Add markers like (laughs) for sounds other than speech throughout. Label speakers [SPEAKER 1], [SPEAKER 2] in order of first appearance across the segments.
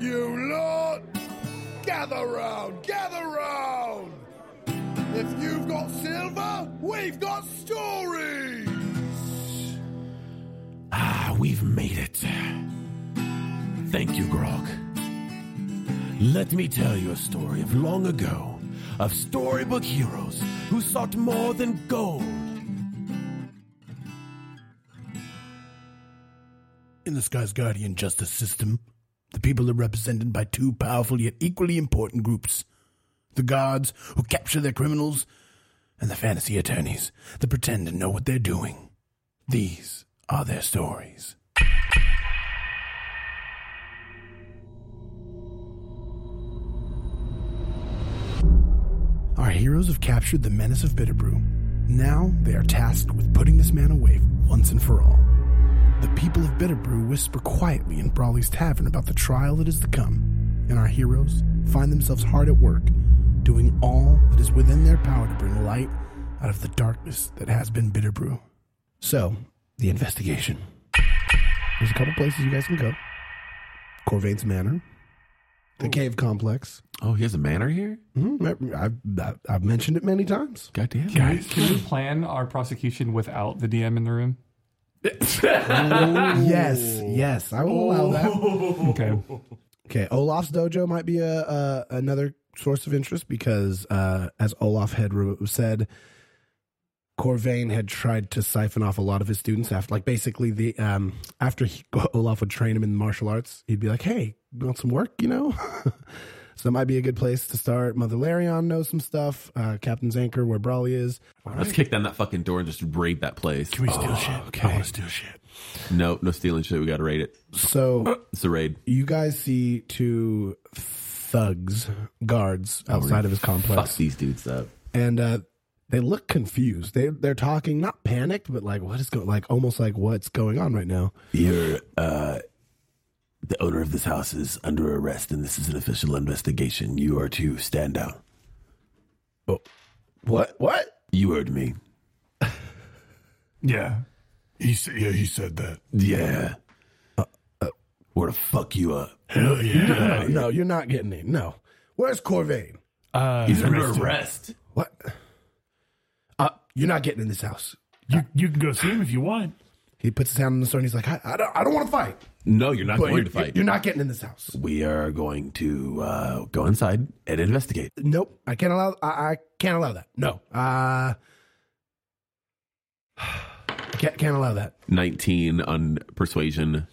[SPEAKER 1] You lot, gather round, gather round. If you've got silver, we've got stories.
[SPEAKER 2] Ah, we've made it. Thank you, Grog. Let me tell you a story of long ago, of storybook heroes who sought more than gold.
[SPEAKER 3] In the Sky's Guardian justice system, the people are represented by two powerful yet equally important groups the guards, who capture their criminals, and the fantasy attorneys that pretend to know what they're doing. These are their stories. Our heroes have captured the menace of Bitterbrew. Now they are tasked with putting this man away once and for all. The people of Bitterbrew whisper quietly in Brawley's tavern about the trial that is to come, and our heroes find themselves hard at work, doing all that is within their power to bring light out of the darkness that has been Bitterbrew. So, the investigation. There's a couple places you guys can go Corvain's Manor, the Cave Complex.
[SPEAKER 2] Oh, he has a manor here?
[SPEAKER 3] Mhm, I- I've, I've- I've mentioned it many times.
[SPEAKER 2] Goddamn.
[SPEAKER 4] Can we, can we plan our prosecution without the DM in the room?
[SPEAKER 3] yes, yes, I will allow that.
[SPEAKER 4] Okay.
[SPEAKER 3] Okay, Olaf's dojo might be a, a another source of interest because, uh, as Olaf had re- said, Corvain had tried to siphon off a lot of his students after, like, basically the um, after he, (laughs) Olaf would train him in martial arts, he'd be like, "Hey, you want some work?" You know. (laughs) so that might be a good place to start. Mother Larion knows some stuff. Uh, Captain's anchor, where Brawley is.
[SPEAKER 2] Let's kick down that fucking door and just raid that place. Oh,
[SPEAKER 3] we steal shit? Oh, Okay. I want to steal shit.
[SPEAKER 2] No, no stealing shit. We gotta raid it.
[SPEAKER 3] So
[SPEAKER 2] It's a raid.
[SPEAKER 3] you guys see two thugs, guards outside of his complex.
[SPEAKER 2] Fuck these dudes up.
[SPEAKER 3] and uh, they look confused. They they're talking, not panicked, but like what is going, like almost like what's going on right now.
[SPEAKER 2] You're, uh, the owner of this house is under arrest and this is an official investigation. You are to stand down.
[SPEAKER 3] What what?
[SPEAKER 2] You heard me.
[SPEAKER 4] Yeah.
[SPEAKER 1] He said, yeah, he said that.
[SPEAKER 2] Yeah. Uh, We're to fuck you up.
[SPEAKER 1] Hell yeah.
[SPEAKER 3] (clears throat) No, no, you're not getting it. No, where's Corvain?
[SPEAKER 4] Uh,
[SPEAKER 2] He's under arrest.
[SPEAKER 3] What? Uh, you're not getting in this house.
[SPEAKER 5] You, you can go see him if you want.
[SPEAKER 3] He puts his hand on the sword. and He's like, I, I don't, I don't want to fight.
[SPEAKER 2] No, you're not
[SPEAKER 3] But
[SPEAKER 2] going
[SPEAKER 3] you're,
[SPEAKER 2] to fight.
[SPEAKER 3] you're not getting in this house.
[SPEAKER 2] we are going to uh, go inside and investigate.
[SPEAKER 3] Nope, I can't allow. I, I can't allow that. No, uh, (sighs) can't can't allow that.
[SPEAKER 2] 19 on persuasion.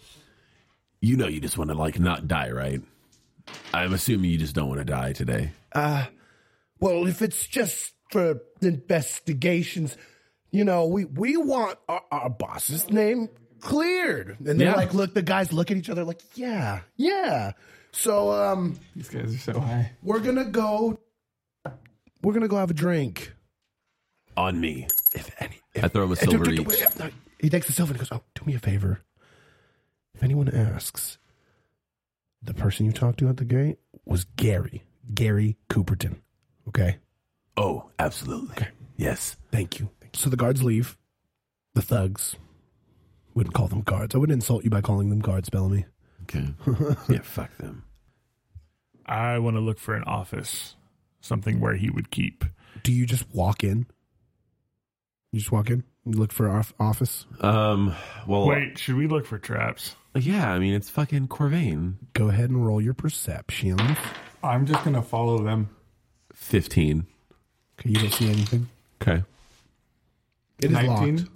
[SPEAKER 2] You know, you just want to like not die, right? I'm assuming you just don't want to die today.
[SPEAKER 3] Well, if it's just for investigations, you know, we, we want our, our boss's name cleared. And they're
[SPEAKER 2] Yeah.
[SPEAKER 3] like, look, the guys look at each other like, yeah, yeah. So um,
[SPEAKER 4] these guys are so high.
[SPEAKER 3] we're going to go, we're going to go have a drink.
[SPEAKER 2] On me.
[SPEAKER 3] If any,
[SPEAKER 2] I throw him a
[SPEAKER 3] Hey, dude,
[SPEAKER 2] silver
[SPEAKER 3] dude,
[SPEAKER 2] each.
[SPEAKER 3] dude, He takes the silver and he goes, oh, do me a favor. If anyone asks, the person you talked to at the gate was Gary, Gary Cooperton. Okay.
[SPEAKER 2] Oh, absolutely. Yes.
[SPEAKER 3] Thank you. So the guards leave. The thugs. Wouldn't call them guards. I would insult you by calling them guards, Bellamy.
[SPEAKER 2] Okay. (laughs) yeah, fuck them.
[SPEAKER 5] I want to look for an office, something where he would keep.
[SPEAKER 3] Do you just walk in? You just walk in. You look for our office.
[SPEAKER 2] Um, well,
[SPEAKER 5] Wait, should we look for traps?
[SPEAKER 2] yeah, I mean, it's fucking Corvain.
[SPEAKER 3] Go ahead and roll your perceptions. Okay,
[SPEAKER 4] I'm just going to follow them.
[SPEAKER 2] 15.
[SPEAKER 3] you don't see anything.
[SPEAKER 2] Okay.
[SPEAKER 3] It is
[SPEAKER 4] 19?
[SPEAKER 3] locked.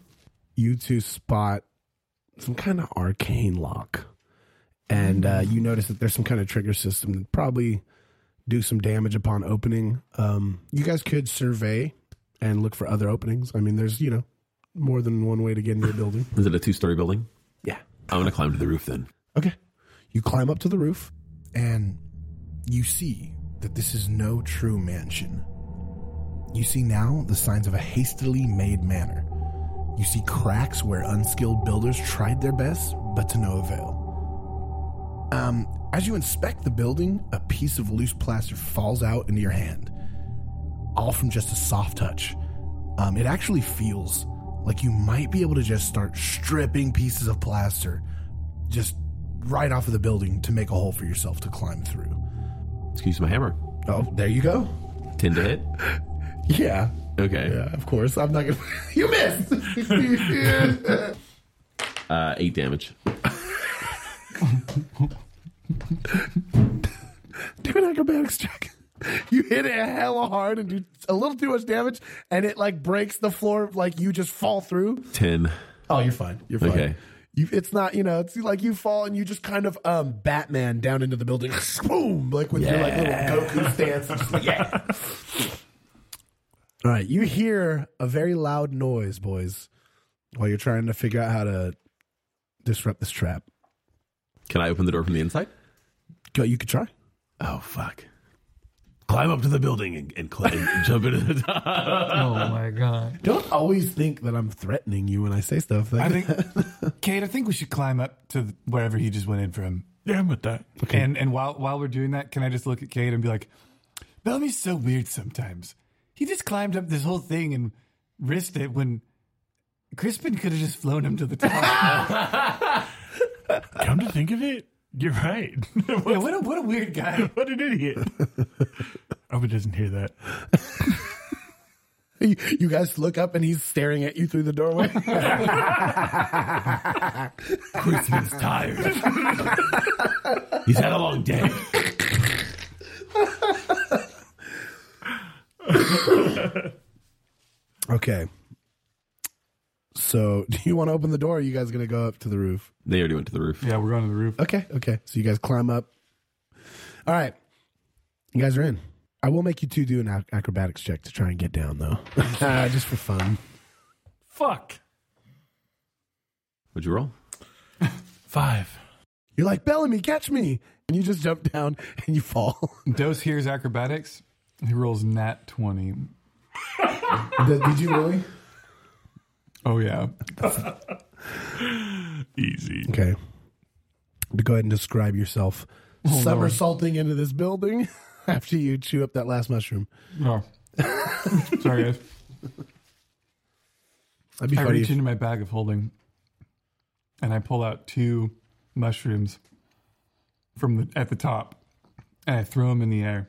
[SPEAKER 3] You two spot some kind of arcane lock, and uh, you notice that there's some kind of trigger system that probably do some damage upon opening. Um, you guys could survey and look for other openings. I mean, there's you know more than one way to get into a building.
[SPEAKER 2] Is it a two story building?
[SPEAKER 3] Yeah.
[SPEAKER 2] I'm going to climb to the roof then.
[SPEAKER 3] Okay. You climb up to the roof, and you see that this is no true mansion. You see now the signs of a hastily made manor. You see cracks where unskilled builders tried their best, but to no avail. Um, as you inspect the building, a piece of loose plaster falls out into your hand, all from just a soft touch. Um, it actually feels like you might be able to just start stripping pieces of plaster just right off of the building to make a hole for yourself to climb through.
[SPEAKER 6] Excuse my hammer.
[SPEAKER 3] Oh, there you go.
[SPEAKER 6] Ten to hit.
[SPEAKER 3] Yeah.
[SPEAKER 6] Okay.
[SPEAKER 3] Yeah, of course. I'm not gonna. (laughs) you missed.
[SPEAKER 6] Uh, eight damage.
[SPEAKER 3] Do an acrobatics check. You hit it hella hard and do a little too much damage, and it like breaks the floor. Like you just fall through.
[SPEAKER 6] Ten.
[SPEAKER 3] Oh, you're fine. You're fine.
[SPEAKER 6] Okay.
[SPEAKER 3] You, it's not, you know, it's like you fall and you just kind of um Batman down into the building, boom, like with your like little Goku stance. Just like, yeah. All right, you hear a very loud noise, boys, while you're trying to figure out how to disrupt this trap.
[SPEAKER 6] Can I open the door from the inside?
[SPEAKER 3] Go, you could try.
[SPEAKER 6] Oh fuck! Climb up to the building and, and, cl-
[SPEAKER 2] (laughs)
[SPEAKER 6] and jump into the top.
[SPEAKER 7] Oh my god.
[SPEAKER 3] Don't always think that I'm threatening you when I say stuff.
[SPEAKER 4] I think, Kate, I think we should climb up to th- wherever he just went in from.
[SPEAKER 5] Yeah, I'm with that.
[SPEAKER 4] And and while while we're doing that, can I just look at Kate and be like, Bellamy's so weird sometimes. He just climbed up this whole thing and risked it when Crispin could have just flown him to the (laughs) top.
[SPEAKER 5] Come to think of it, you're right. (laughs)
[SPEAKER 4] Yeah, what a what a weird guy.
[SPEAKER 5] what an idiot. I hope he doesn't hear that.
[SPEAKER 3] You, you guys look up and he's staring at you through the doorway.
[SPEAKER 6] Crispin's
[SPEAKER 3] (laughs)
[SPEAKER 6] tired. He's had a long day.
[SPEAKER 3] okay. So, (laughs) do you want to open the door? Or are you guys going to go up to the roof?
[SPEAKER 6] They already went to the roof.
[SPEAKER 7] Yeah, we're going to the roof.
[SPEAKER 3] Okay, okay. So you guys climb up. All right, you guys are in. I will make you two do an ac- acrobatics check to try and get down, though, (laughs) uh, just for fun.
[SPEAKER 5] Fuck.
[SPEAKER 6] Would you roll?
[SPEAKER 5] Five.
[SPEAKER 3] You're like Bellamy, catch me, and you just jump down (laughs) and you fall.
[SPEAKER 7] Dose here's acrobatics. He rolls nat twenty.
[SPEAKER 3] did, did you really?
[SPEAKER 7] Oh yeah.
[SPEAKER 5] Easy.
[SPEAKER 3] Okay. To go ahead and describe yourself
[SPEAKER 7] Oh,
[SPEAKER 3] somersaulting into this building (laughs) after you chew up that last mushroom.
[SPEAKER 7] Oh. (laughs) Sorry guys.
[SPEAKER 3] That'd be
[SPEAKER 7] I
[SPEAKER 3] funny.
[SPEAKER 7] reach
[SPEAKER 3] If,
[SPEAKER 7] into my bag of holding and I pull out two mushrooms from the at the top and I throw them in the air.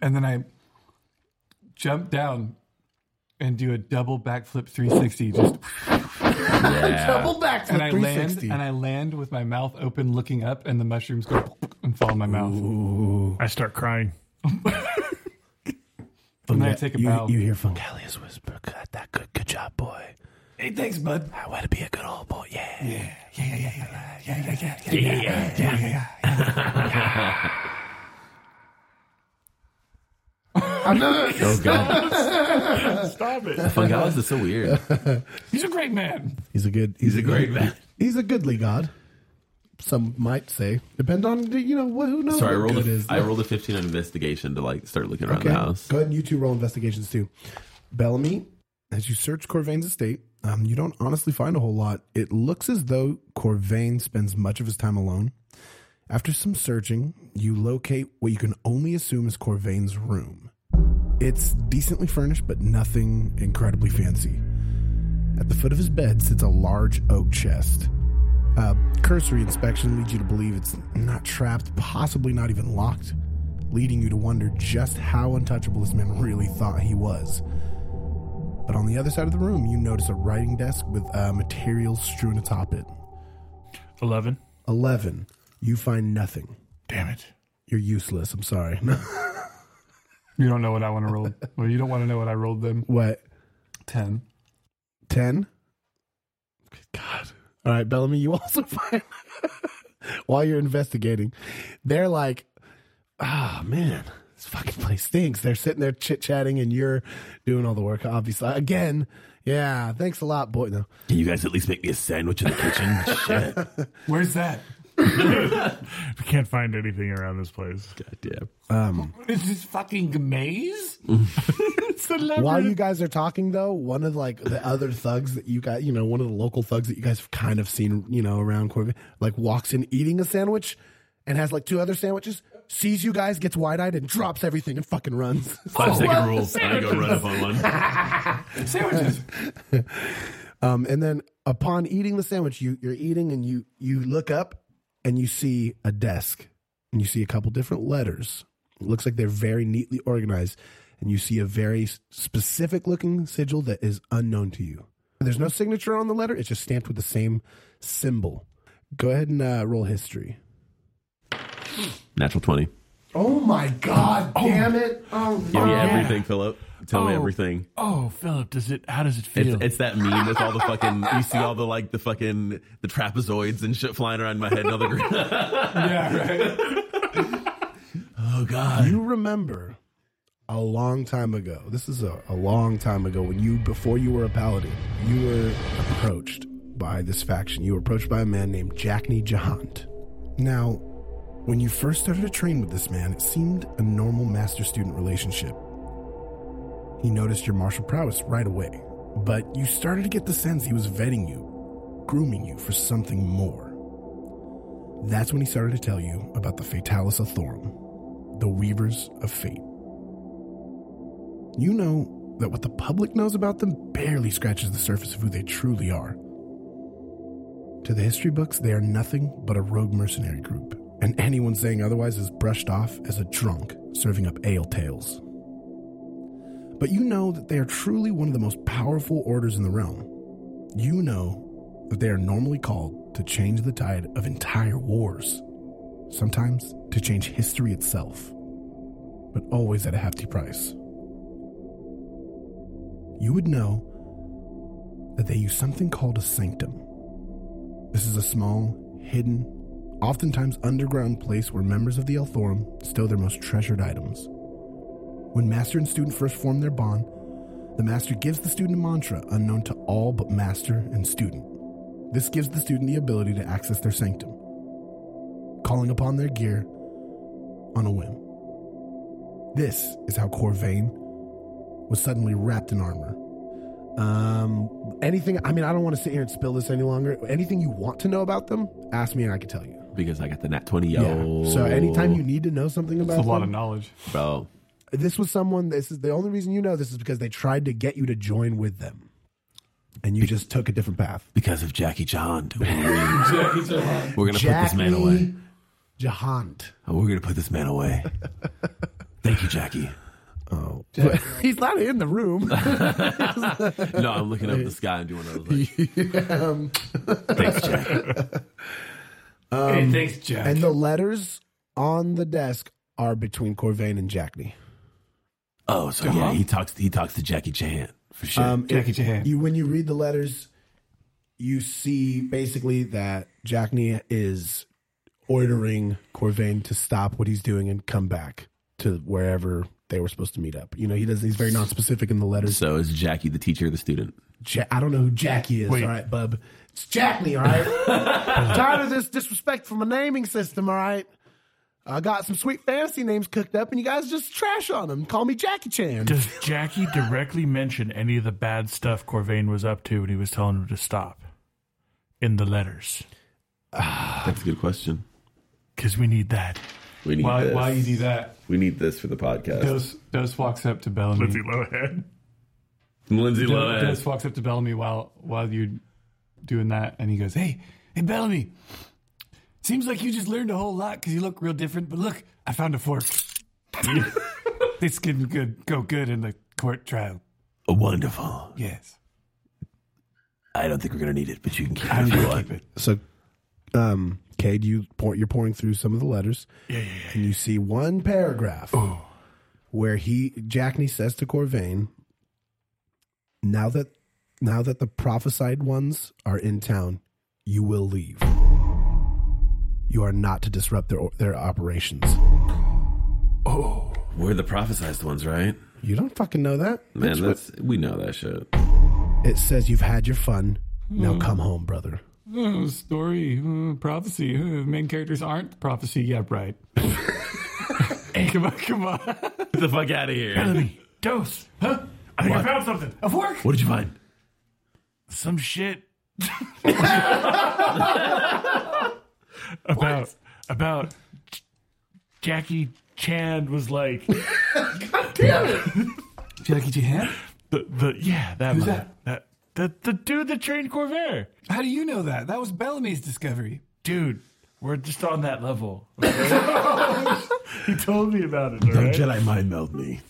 [SPEAKER 7] and then I jump down and do a double backflip 360 just
[SPEAKER 3] (laughs) Double back to
[SPEAKER 7] and I land
[SPEAKER 3] 360.
[SPEAKER 7] and I land with my mouth open looking up and the mushrooms go and fall in my mouth.
[SPEAKER 5] I start crying.
[SPEAKER 7] and then I take a
[SPEAKER 3] you,
[SPEAKER 7] bow.
[SPEAKER 3] You hear Fungalius whisper, good, that good, good job, boy.
[SPEAKER 4] Hey, thanks, bud.
[SPEAKER 3] I want to be a good old boy, yeah.
[SPEAKER 4] Yeah, yeah, yeah, yeah, yeah, yeah, yeah, yeah, yeah, yeah, yeah, yeah.
[SPEAKER 5] (laughs)
[SPEAKER 6] Oh god,
[SPEAKER 5] (laughs) Stop it.
[SPEAKER 6] Fungalis is so
[SPEAKER 3] (laughs)
[SPEAKER 6] weird.
[SPEAKER 7] He's a great man.
[SPEAKER 3] He's a good. He's, a
[SPEAKER 6] great man.
[SPEAKER 3] He's a goodly god. Some might say, depend on you know what who knows.
[SPEAKER 6] Sorry, I
[SPEAKER 3] what
[SPEAKER 6] rolled.
[SPEAKER 3] good
[SPEAKER 6] A,
[SPEAKER 3] is.
[SPEAKER 6] I rolled a fifteen on investigation to like start looking around
[SPEAKER 3] Okay,
[SPEAKER 6] the house.
[SPEAKER 3] go ahead and you two roll investigations too. Bellamy, as you search Corvain's estate, um, you don't honestly find a whole lot. It looks as though Corvain spends much of his time alone. After some searching, you locate what you can only assume is Corvain's room. It's decently furnished, but nothing incredibly fancy. At the foot of his bed sits a large oak chest. A cursory inspection leads you to believe it's not trapped, possibly not even locked, leading you to wonder just how untouchable this man really thought he was. But on the other side of the room, you notice a writing desk with uh, materials strewn atop it.
[SPEAKER 5] 11.
[SPEAKER 3] 11. You find nothing.
[SPEAKER 5] Damn it.
[SPEAKER 3] You're useless. I'm sorry. (laughs)
[SPEAKER 7] You don't know what I want to
[SPEAKER 4] (laughs)
[SPEAKER 7] roll. Well, you don't want to know what I rolled then.
[SPEAKER 3] what?
[SPEAKER 7] 10.
[SPEAKER 3] 10? God. All right, Bellamy, you (laughs) also find while you're investigating, they're like, ah, man, this fucking place stinks. They're sitting there chit chatting and you're doing all the work, obviously. Again, yeah, thanks a lot, boy. No.
[SPEAKER 6] Can you guys at least make me a sandwich in the
[SPEAKER 2] (laughs)
[SPEAKER 6] kitchen? Shit.
[SPEAKER 4] Where's that?
[SPEAKER 5] We can't find anything around this place.
[SPEAKER 6] God damn.
[SPEAKER 4] It's this fucking (laughs) maze?
[SPEAKER 5] It's a lever.
[SPEAKER 3] While you guys are talking, though, one of like the other thugs that you got, you know, one of the local thugs that you guys have kind of seen, you know, around Corvette, like walks in eating a sandwich and has like two other sandwiches, sees you guys, gets wide eyed, and drops everything and fucking runs. (laughs)
[SPEAKER 4] (laughs)
[SPEAKER 6] Five second rule. I go run up on one.
[SPEAKER 4] Sandwiches.
[SPEAKER 3] Um, and then upon eating the sandwich, you you're eating and you you look up and you see a desk and you see a couple different letters. It looks like they're very neatly organized, and you see a very specific looking sigil that is unknown to you. There's no signature on the letter; it's just stamped with the same symbol. Go ahead and uh, roll history.
[SPEAKER 2] Natural 20.
[SPEAKER 3] Oh my god! Damn it! Oh
[SPEAKER 2] Give me everything, Philip. Tell me everything.
[SPEAKER 5] Oh, Philip, does it? How does it feel?
[SPEAKER 2] It's, it's that meme with all the fucking, you see all the like the fucking, the trapezoids and shit flying around my head and all the,
[SPEAKER 3] (laughs)
[SPEAKER 2] oh God.
[SPEAKER 3] you remember a long time ago this is a, a long time ago when you before you were a paladin you were approached by this faction you were approached by a man named jackney jahant now when you first started to train with this man it seemed a normal master-student relationship he noticed your martial prowess right away but you started to get the sense he was vetting you grooming you for something more that's when he started to tell you about the fatalis Athorum the Weavers of Fate. You know that what the public knows about them barely scratches the surface of who they truly are. To the history books, they are nothing but a rogue mercenary group, and anyone saying otherwise is brushed off as a drunk serving up ale tales. But you know that they are truly one of the most powerful orders in the realm. You know that they are normally called to change the tide of entire wars sometimes to change history itself, but always at a hefty price. You would know that they use something called a sanctum. This is a small, hidden, oftentimes underground place where members of the Althorum stow their most treasured items. When master and student first form their bond, the master gives the student a mantra unknown to all but master and student. This gives the student the ability to access their sanctum calling upon their gear on a whim. This is how Corvain was suddenly wrapped in armor. Um, anything, I mean, I don't want to sit here and spill this any longer. Anything you want to know about them, ask me and I can tell you.
[SPEAKER 2] Because I got the nat 20. Yo.
[SPEAKER 3] So anytime you need to know something about
[SPEAKER 4] It's a lot of
[SPEAKER 3] them-
[SPEAKER 4] knowledge.
[SPEAKER 2] Bro.
[SPEAKER 3] this was someone, this is the only reason you know this is because they tried to get you to join with them. And you just took a different path.
[SPEAKER 2] Because of
[SPEAKER 3] (laughs)
[SPEAKER 2] Jackie John. We're going to put this man
[SPEAKER 3] Jackney
[SPEAKER 2] away.
[SPEAKER 3] Jahant.
[SPEAKER 2] Oh, we're going to put this man
[SPEAKER 3] (laughs)
[SPEAKER 2] away. Thank you, Jackie.
[SPEAKER 3] He's not in the room.
[SPEAKER 2] No, I'm looking up the sky and doing those.
[SPEAKER 3] (laughs)
[SPEAKER 2] Like, Thanks, Jack.
[SPEAKER 8] hey, thanks, Jack.
[SPEAKER 3] And the letters on the desk are between Corvain and Jackney.
[SPEAKER 2] Oh, so yeah, he talks. He talks to Jackie Chan for sure.
[SPEAKER 3] Uh-huh. Um,
[SPEAKER 8] Jackie
[SPEAKER 3] it-
[SPEAKER 8] Chan.
[SPEAKER 3] You, when you read the letters, you see basically that Jackney is ordering Corvain to stop what he's doing and come back to wherever they were supposed to meet up. You know, he does. He's very nonspecific in the letters.
[SPEAKER 2] so is Jackie the teacher, or the student?
[SPEAKER 3] Ja- I don't know who Jackie is. All right, bub. It's Jackney. All right. I'm tired of this disrespect for my naming system. All right. I got some sweet fantasy names cooked up, and you guys just trash on them. Call me Jackie Chan.
[SPEAKER 5] Does Jackie directly mention any of the bad stuff Corvain was up to when he was telling him to stop in the letters?
[SPEAKER 2] That's a good question.
[SPEAKER 5] Because we need that.
[SPEAKER 2] We need
[SPEAKER 4] Why,
[SPEAKER 2] this.
[SPEAKER 4] why you do that?
[SPEAKER 2] we need this for the podcast.
[SPEAKER 4] Dose, Dose walks up to Bellamy.
[SPEAKER 5] Lindsay Lohan.
[SPEAKER 2] Lindsay
[SPEAKER 4] Do-
[SPEAKER 2] Lohan.
[SPEAKER 4] Dennis walks up to Bellamy while while you're doing that, and he goes, "Hey, hey, Bellamy. Seems like you just learned a whole lot because you look real different. But look, I found a
[SPEAKER 5] (laughs)
[SPEAKER 4] fork. it's getting good, go good in the court trial.
[SPEAKER 2] Wonderful.
[SPEAKER 5] (clears throat)
[SPEAKER 4] Yes,
[SPEAKER 2] I don't think we're gonna need it, but you can keep it if you want.
[SPEAKER 3] So, um, Cade, you pour, you're pouring through some of the letters, and you see one paragraph where he Jackney says to Corvain, "Now that, now that the prophesied ones are in town, you will leave. You are not to disrupt their their operations.
[SPEAKER 2] We're the prophesized ones, right?
[SPEAKER 3] You don't fucking know that,
[SPEAKER 2] Man, that's we know that shit.
[SPEAKER 3] It says you've had your fun. Now come home, brother."
[SPEAKER 4] oh, story, uh, prophecy. Uh, main characters aren't prophecy. Yeah, right. (laughs) come on, come on.
[SPEAKER 2] Get the fuck out of here.
[SPEAKER 5] Bellamy. Dose. Huh? I think I found something. A fork.
[SPEAKER 2] What did you find?
[SPEAKER 5] Some (laughs) shit. about about J- Jackie Chan was like
[SPEAKER 4] Jackie Chan.
[SPEAKER 5] the, the yeah that Who's
[SPEAKER 4] that?
[SPEAKER 5] that The the dude that trained Corvair.
[SPEAKER 4] How do you know that? That was Bellamy's discovery.
[SPEAKER 5] Dude, we're just on that level. (laughs) okay? he told me about it, all
[SPEAKER 6] Don't
[SPEAKER 5] right?
[SPEAKER 6] Jedi mind meld me.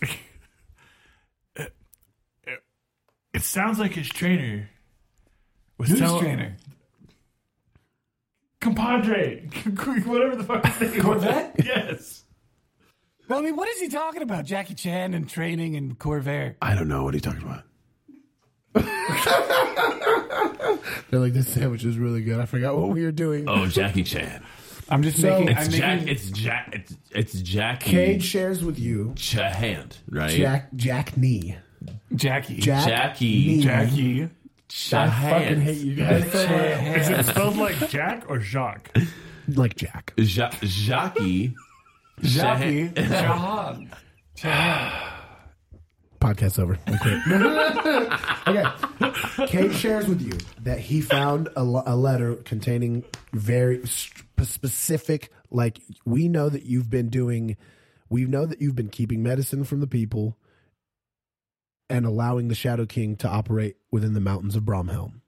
[SPEAKER 5] It sounds like his trainer was
[SPEAKER 4] Who's
[SPEAKER 5] tell-
[SPEAKER 4] trainer?
[SPEAKER 5] Compadre. (laughs) Whatever the fuck his name was.
[SPEAKER 4] Corvette?
[SPEAKER 5] Yes.
[SPEAKER 4] Bellamy, what is he talking about? Jackie Chan and training and Corvair.
[SPEAKER 6] I don't know what he talking about.
[SPEAKER 3] They're like, this sandwich is really good. I forgot what we were doing.
[SPEAKER 2] Oh, Jackie Chan.
[SPEAKER 4] I'm just
[SPEAKER 3] So-
[SPEAKER 4] making.
[SPEAKER 2] It's
[SPEAKER 4] I'm
[SPEAKER 2] Jack.
[SPEAKER 4] making
[SPEAKER 2] It's Jack. It's it's Jackie
[SPEAKER 3] Cade shares with you
[SPEAKER 2] Hand, right?
[SPEAKER 3] Jack Jack Knee.
[SPEAKER 4] Jackie.
[SPEAKER 3] Jack
[SPEAKER 2] Jackie.
[SPEAKER 3] Knee.
[SPEAKER 4] Jackie.
[SPEAKER 3] I
[SPEAKER 2] Chahan.
[SPEAKER 3] fucking hate you guys so much.
[SPEAKER 5] Is it spelled like Jack or Jacques?
[SPEAKER 3] (laughs) Like Jack.
[SPEAKER 2] Ja- Jackie.
[SPEAKER 4] Jackie. Jahan.
[SPEAKER 3] Podcast over. Okay. (laughs) okay. Cade shares with you that he found a, lo- a letter containing very sp- specific, like, we know that you've been doing, we know that you've been keeping medicine from the people and allowing the Shadow King to operate within the mountains of Bromhelm.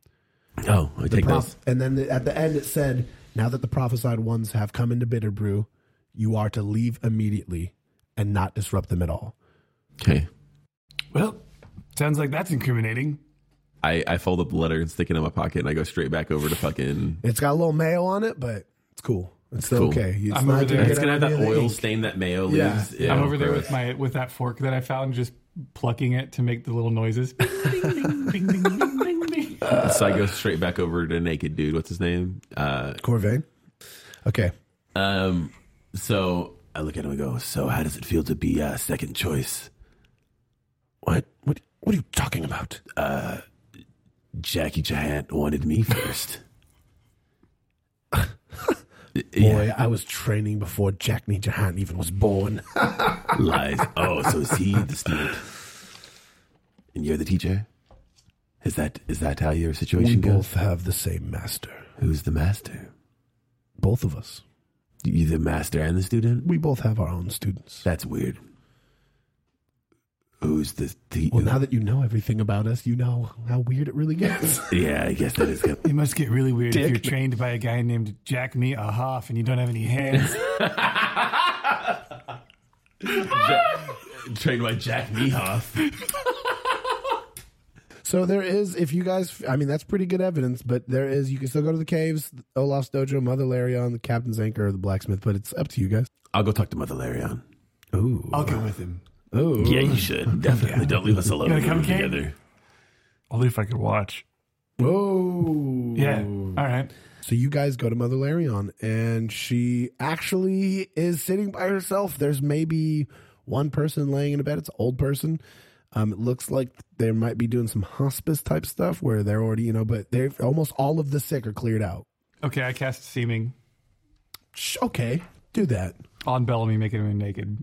[SPEAKER 2] Oh, I
[SPEAKER 3] The
[SPEAKER 2] take
[SPEAKER 3] proph-
[SPEAKER 2] those.
[SPEAKER 3] and then the, at the end it said, "Now that the prophesied ones have come into Bitterbrew, you are to leave immediately and not disrupt them at all."
[SPEAKER 2] Okay.
[SPEAKER 4] Well, sounds like that's incriminating.
[SPEAKER 2] I, I fold up the letter and stick it in my pocket, and I go straight back over to fucking.
[SPEAKER 3] It's got a little mayo on it, but it's cool. It's still
[SPEAKER 2] cool.
[SPEAKER 3] okay. It's
[SPEAKER 4] I'm
[SPEAKER 3] not
[SPEAKER 4] over
[SPEAKER 3] gonna
[SPEAKER 4] there.
[SPEAKER 3] get
[SPEAKER 2] It's gonna have
[SPEAKER 3] any
[SPEAKER 2] that
[SPEAKER 3] of the
[SPEAKER 2] oil
[SPEAKER 3] ink.
[SPEAKER 2] stain that mayo
[SPEAKER 3] Yeah.
[SPEAKER 2] leaves. Yeah.
[SPEAKER 4] I'm over there with
[SPEAKER 2] gross.
[SPEAKER 4] my with that fork that I found, just plucking it to make the little noises.
[SPEAKER 2] So I go straight back over to naked dude. What's his name? Uh,
[SPEAKER 3] Corvain. Okay.
[SPEAKER 2] um. So I look at him and go. So how does it feel to be uh, second choice? What? What? What are you talking about? Uh, Jackie Chan wanted me (laughs) first.
[SPEAKER 3] Boy, I was training before Jackney Jahan even was
[SPEAKER 2] (laughs)
[SPEAKER 3] born.
[SPEAKER 2] Lies. Oh, so is he the student? And you're the teacher? Is that is that how your
[SPEAKER 3] we
[SPEAKER 2] situation goes?
[SPEAKER 3] both have the same master.
[SPEAKER 2] Who's the master?
[SPEAKER 3] Both of us.
[SPEAKER 2] You the master and the student?
[SPEAKER 3] We both have our own students.
[SPEAKER 2] That's weird. Who's the the
[SPEAKER 3] Well, now that you know everything about us, you know how weird it really
[SPEAKER 2] (laughs)
[SPEAKER 3] gets. (laughs)
[SPEAKER 2] Yeah, I guess that is good.
[SPEAKER 4] It must get really weird if
[SPEAKER 3] Dick.
[SPEAKER 4] you're trained by a guy named Jack Me Ahoff and you don't have any hands.
[SPEAKER 2] (laughs) Trained by Jack Mehoff.
[SPEAKER 3] So there is, if you guys, I mean, that's pretty good evidence, but there is, you can still go to the caves, Olaf's dojo, Mother Larion, the captain's anchor, or the blacksmith, but it's up to you guys.
[SPEAKER 2] I'll go talk to Mother Larion.
[SPEAKER 3] Ooh.
[SPEAKER 4] I'll go with him.
[SPEAKER 3] Ooh.
[SPEAKER 2] Yeah, you should. Definitely. Don't leave us alone.
[SPEAKER 4] gonna come,
[SPEAKER 2] We're
[SPEAKER 4] Kate?
[SPEAKER 2] together.
[SPEAKER 5] Only if I could watch.
[SPEAKER 3] Whoa.
[SPEAKER 4] Yeah. All right.
[SPEAKER 3] So you guys go to Mother Larion, and she actually is sitting by herself. There's maybe one person laying in a bed. It's an old person. Um, it looks like they might be doing some hospice type stuff where they're already, you know, but they're almost all of the sick are cleared out.
[SPEAKER 4] Okay, I cast Seeming
[SPEAKER 3] Sh- Okay, do that.
[SPEAKER 4] on Bellamy, making him naked.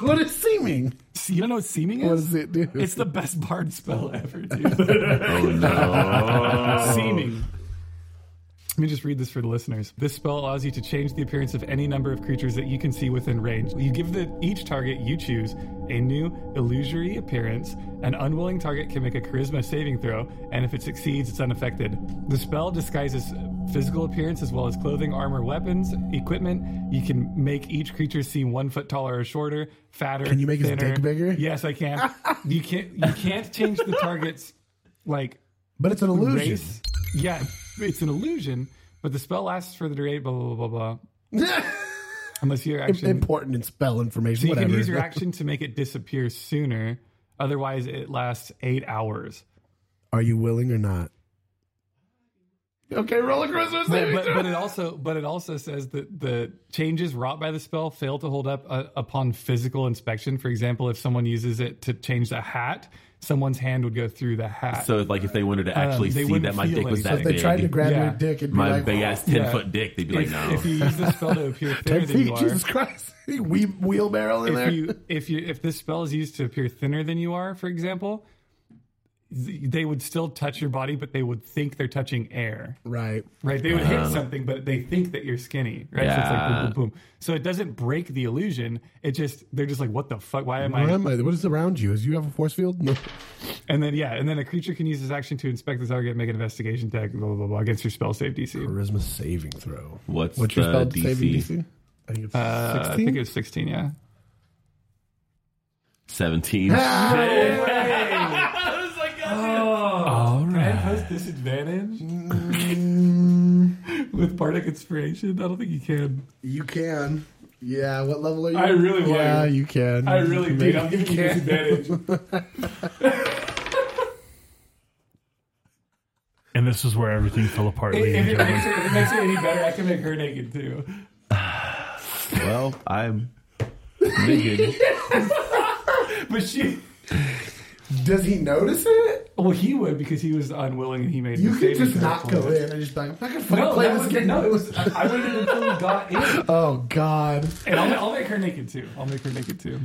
[SPEAKER 3] What is seeming?
[SPEAKER 4] See, You don't know what Seeming is?
[SPEAKER 3] What does it do?
[SPEAKER 4] It's the best bard spell ever, dude.
[SPEAKER 2] (laughs) Oh
[SPEAKER 5] Uh,
[SPEAKER 2] no.
[SPEAKER 4] Seeming. Let me just read this for the listeners. This spell allows you to change the appearance of any number of creatures that you can see within range. You give the, each target you choose a new illusory appearance. An unwilling target can make a charisma saving throw, and if it succeeds, it's unaffected. The spell disguises physical appearance as well as clothing, armor, weapons, equipment. You can make each creature seem one foot taller or shorter, fatter.
[SPEAKER 3] Can you make his
[SPEAKER 4] thinner.
[SPEAKER 3] dick bigger?
[SPEAKER 4] Yes, I can. you can't. You can't change the target's like
[SPEAKER 3] But it's an illusion.
[SPEAKER 4] race. Yeah, it's an illusion, but the spell lasts for the duration. Blah blah blah blah blah. Unless your action,
[SPEAKER 3] (laughs) Important and spell information.
[SPEAKER 4] so (laughs) you
[SPEAKER 3] whatever.
[SPEAKER 4] can use your action to make it disappear sooner. Otherwise, it lasts eight hours.
[SPEAKER 3] Are you willing or not? Okay, roll a Christmas.
[SPEAKER 4] But, but, but it also, but it also says that the changes wrought by the spell fail to hold up uh, upon physical inspection. For example, if someone uses it to change the hat, someone's hand would go through the hat.
[SPEAKER 2] So like if they wanted to actually
[SPEAKER 4] Um, they
[SPEAKER 2] see
[SPEAKER 4] wouldn't
[SPEAKER 2] that my
[SPEAKER 4] feel
[SPEAKER 2] dick was
[SPEAKER 4] it.
[SPEAKER 2] that
[SPEAKER 4] So
[SPEAKER 3] If
[SPEAKER 2] big.
[SPEAKER 3] they tried to grab your
[SPEAKER 4] Yeah.
[SPEAKER 3] dick and be
[SPEAKER 2] my
[SPEAKER 3] like,
[SPEAKER 2] big
[SPEAKER 3] (laughs)
[SPEAKER 2] ass ten
[SPEAKER 4] Yeah.
[SPEAKER 2] foot dick, they'd be like,
[SPEAKER 4] if,
[SPEAKER 2] no.
[SPEAKER 4] if you use the spell to appear
[SPEAKER 3] "Oh, ten
[SPEAKER 4] thinner than
[SPEAKER 3] feet,
[SPEAKER 4] you are,
[SPEAKER 3] Jesus
[SPEAKER 4] (laughs)
[SPEAKER 3] Christ. we wheelbarrow in
[SPEAKER 4] if
[SPEAKER 3] there.
[SPEAKER 4] you if you if this spell is used to appear thinner than you are, for example, they would still touch your body, but they would think they're touching air.
[SPEAKER 3] Right.
[SPEAKER 4] Right? They would hit something, but they think that you're skinny. Right? So it's like boom, boom, boom. So it doesn't break the illusion. It just they're just like, what the fuck? Why am
[SPEAKER 3] What
[SPEAKER 4] I?
[SPEAKER 3] am I? What is around you? Is you have a force field? No.
[SPEAKER 4] And then yeah, and then a creature can use this action to inspect this target, make an investigation check, blah blah blah, blah against your spell save DC.
[SPEAKER 3] Charisma saving throw.
[SPEAKER 2] What's
[SPEAKER 3] What's your
[SPEAKER 2] the
[SPEAKER 3] spell
[SPEAKER 2] DC?
[SPEAKER 3] saving DC? I think it's
[SPEAKER 4] Uh, I think it was sixteen. Yeah.
[SPEAKER 2] 17.
[SPEAKER 3] (laughs)
[SPEAKER 4] All right. Has disadvantage with bardic inspiration. I don't think you can.
[SPEAKER 3] You can. Yeah. What level are you?
[SPEAKER 4] I really want
[SPEAKER 3] Yeah,
[SPEAKER 4] to.
[SPEAKER 3] you can.
[SPEAKER 4] I really,
[SPEAKER 3] Maybe
[SPEAKER 4] dude, I'm
[SPEAKER 3] you
[SPEAKER 4] giving
[SPEAKER 3] can.
[SPEAKER 4] you disadvantage.
[SPEAKER 5] And this is where everything fell apart, ladies
[SPEAKER 4] If
[SPEAKER 5] and
[SPEAKER 4] it,
[SPEAKER 5] gentlemen.
[SPEAKER 4] makes it, if it makes it any better, I can make her naked too.
[SPEAKER 2] Well, I'm naked.
[SPEAKER 4] But she,
[SPEAKER 3] (laughs) Does he notice it?
[SPEAKER 4] well, he would because he was unwilling and he made.
[SPEAKER 3] You
[SPEAKER 4] the
[SPEAKER 3] could
[SPEAKER 4] saving
[SPEAKER 3] just
[SPEAKER 4] throw
[SPEAKER 3] not
[SPEAKER 4] for
[SPEAKER 3] go
[SPEAKER 4] it.
[SPEAKER 3] in. I just thought, I can fucking
[SPEAKER 4] No,
[SPEAKER 3] play
[SPEAKER 4] that
[SPEAKER 3] this
[SPEAKER 4] was,
[SPEAKER 3] game. (laughs)
[SPEAKER 4] no, it was, I waited until we got in,
[SPEAKER 3] Oh God.
[SPEAKER 4] and I'll, I'll make her naked too. I'll make her naked too.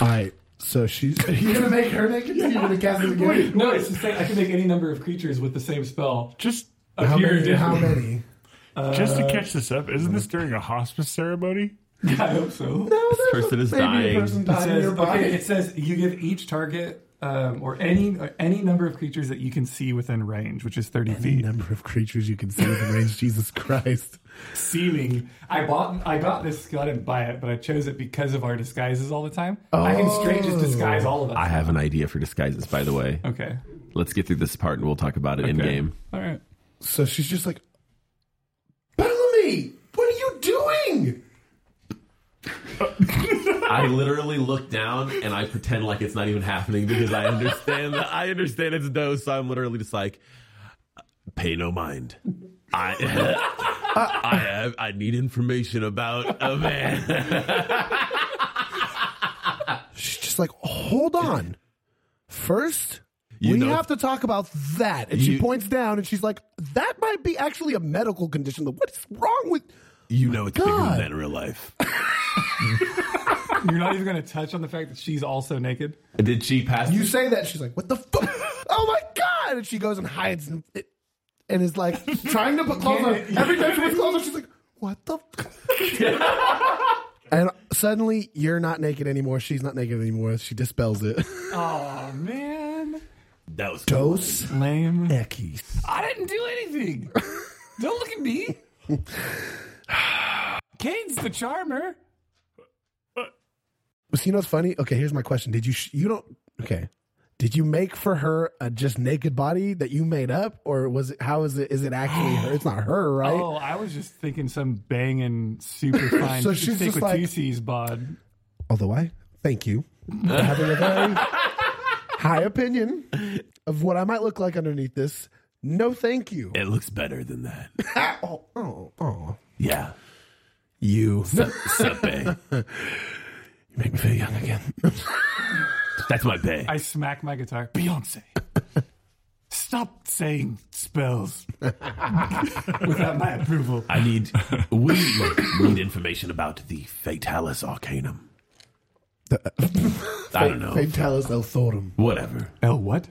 [SPEAKER 3] All right. So she's. (laughs) You're gonna make her naked. You're gonna cast (laughs) it again.
[SPEAKER 4] No, it's the same. I can make any number of creatures with the same spell.
[SPEAKER 5] Just
[SPEAKER 3] how
[SPEAKER 4] appear
[SPEAKER 3] many? How
[SPEAKER 4] different.
[SPEAKER 3] many?
[SPEAKER 5] just to catch this up, isn't this during a hospice ceremony?
[SPEAKER 4] (laughs) I
[SPEAKER 3] (laughs)
[SPEAKER 4] hope so.
[SPEAKER 2] this person is
[SPEAKER 3] Maybe
[SPEAKER 2] dying.
[SPEAKER 3] a person
[SPEAKER 4] It
[SPEAKER 3] died
[SPEAKER 4] says,
[SPEAKER 3] nearby.
[SPEAKER 4] okay, it says you give each target um, or any or any number of creatures that you can see within range, which is thirty
[SPEAKER 3] The
[SPEAKER 4] feet.
[SPEAKER 3] number of creatures you can see in range. (laughs) Jesus Christ.
[SPEAKER 4] Seeming, I bought, I got this gun and buy it, but I chose it because of our disguises all the time. I can straight just disguise all of us.
[SPEAKER 2] I have an idea for disguises, by the way.
[SPEAKER 4] okay.
[SPEAKER 2] Let's get through this part and we'll talk about it in
[SPEAKER 4] Okay.
[SPEAKER 2] game.
[SPEAKER 4] All right.
[SPEAKER 3] So she's just like, Bellamy, what are you doing?
[SPEAKER 2] I literally look down and I pretend like it's not even happening because I understand that I understand it's no, so I'm literally just like pay no mind. I (laughs) I have I need information about a man.
[SPEAKER 3] She's just like, hold on. First,
[SPEAKER 2] You
[SPEAKER 3] we
[SPEAKER 2] know-
[SPEAKER 3] have to talk about that. And she
[SPEAKER 2] You-
[SPEAKER 3] points down and she's like, that might be actually a medical condition. Like, What is wrong with.
[SPEAKER 2] You know it's bigger
[SPEAKER 3] God.
[SPEAKER 2] than that in real life.
[SPEAKER 4] You're not even going to touch on the fact that she's also naked.
[SPEAKER 2] Did she pass
[SPEAKER 3] You say that, she's like, what the fuck? (laughs) oh my God. And she goes and hides and, and is like, trying to put clothes on. Every time she puts clothes on, she's like, what the fuck?" (laughs) And suddenly, you're not naked anymore. She's not naked anymore. She dispels it. (laughs)
[SPEAKER 4] Oh man,
[SPEAKER 2] that was
[SPEAKER 3] Dos
[SPEAKER 4] lame.
[SPEAKER 3] Equis.
[SPEAKER 4] I didn't do anything. Don't look at (sighs) me. Cade's the charmer.
[SPEAKER 3] But you know what's funny? Okay, here's my question. Did you sh- you don't okay? Did you make for her a just naked body that you made up, or was it? How is it? Is it actually her? It's not her, right?
[SPEAKER 4] Oh, I was just thinking some banging, (coughs) super fine
[SPEAKER 3] So she's just like-
[SPEAKER 4] Stickwatusi's bod.
[SPEAKER 3] Although I thank you for having a
[SPEAKER 2] (laughs)
[SPEAKER 3] very high opinion of what I might look like underneath this. No, thank you.
[SPEAKER 2] It looks better than that.
[SPEAKER 3] Oh, oh, oh.
[SPEAKER 2] Yeah.
[SPEAKER 3] You.
[SPEAKER 2] Sup, eh? bae?
[SPEAKER 3] You make me feel young again.
[SPEAKER 2] That's my bay.
[SPEAKER 4] I smack my guitar. (laughs) Beyonce. Stop saying spells (laughs) without my approval.
[SPEAKER 2] I need we need information about the Fatalis Arcanum.
[SPEAKER 3] uh,
[SPEAKER 2] I don't know.
[SPEAKER 3] Fatalis El Thorum.
[SPEAKER 2] Whatever.
[SPEAKER 4] El what?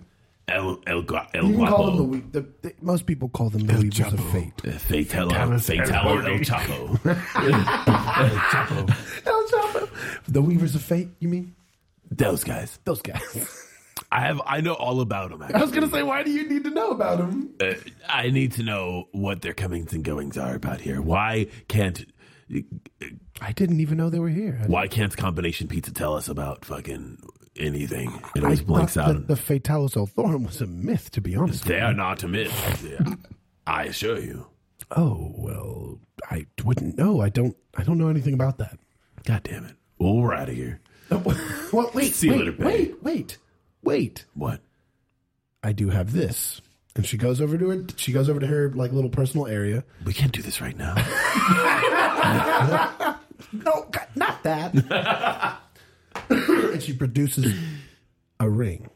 [SPEAKER 2] El El Gua- El
[SPEAKER 3] You can call them the,
[SPEAKER 2] Guapo.
[SPEAKER 3] we- the, the most people call them the weavers of fate.
[SPEAKER 2] Uh, Fatalo Fatalo El Chapo.
[SPEAKER 3] El Chapo. The weavers of fate. You mean
[SPEAKER 2] Those guys.
[SPEAKER 3] those guys? (laughs)
[SPEAKER 2] I have. I know all about them.
[SPEAKER 3] I was gonna say, why do you need to know about him?
[SPEAKER 2] Uh, I need to know what their comings and goings are about here. Why can't
[SPEAKER 3] I didn't even know they were here. I,
[SPEAKER 2] Why can't Combination Pizza tell us about fucking anything? It
[SPEAKER 3] I
[SPEAKER 2] always
[SPEAKER 3] thought
[SPEAKER 2] blinks
[SPEAKER 3] that
[SPEAKER 2] out.
[SPEAKER 3] the Fatalis Althorum was a myth, to be honest.
[SPEAKER 2] They are not a myth. Yeah. I assure you.
[SPEAKER 3] Oh well, I wouldn't know. I don't. I don't know anything about that.
[SPEAKER 2] God damn it. Well, we're out of here. (laughs)
[SPEAKER 3] Well, wait,
[SPEAKER 2] See you
[SPEAKER 3] wait,
[SPEAKER 2] later, babe.
[SPEAKER 3] wait, wait, wait.
[SPEAKER 2] What?
[SPEAKER 3] I do have this, and she goes over to her. She goes over to her like little personal area.
[SPEAKER 2] We can't do this
[SPEAKER 3] (laughs)
[SPEAKER 2] right now.
[SPEAKER 3] No, God, not that.
[SPEAKER 2] (laughs)
[SPEAKER 3] and she produces a ring.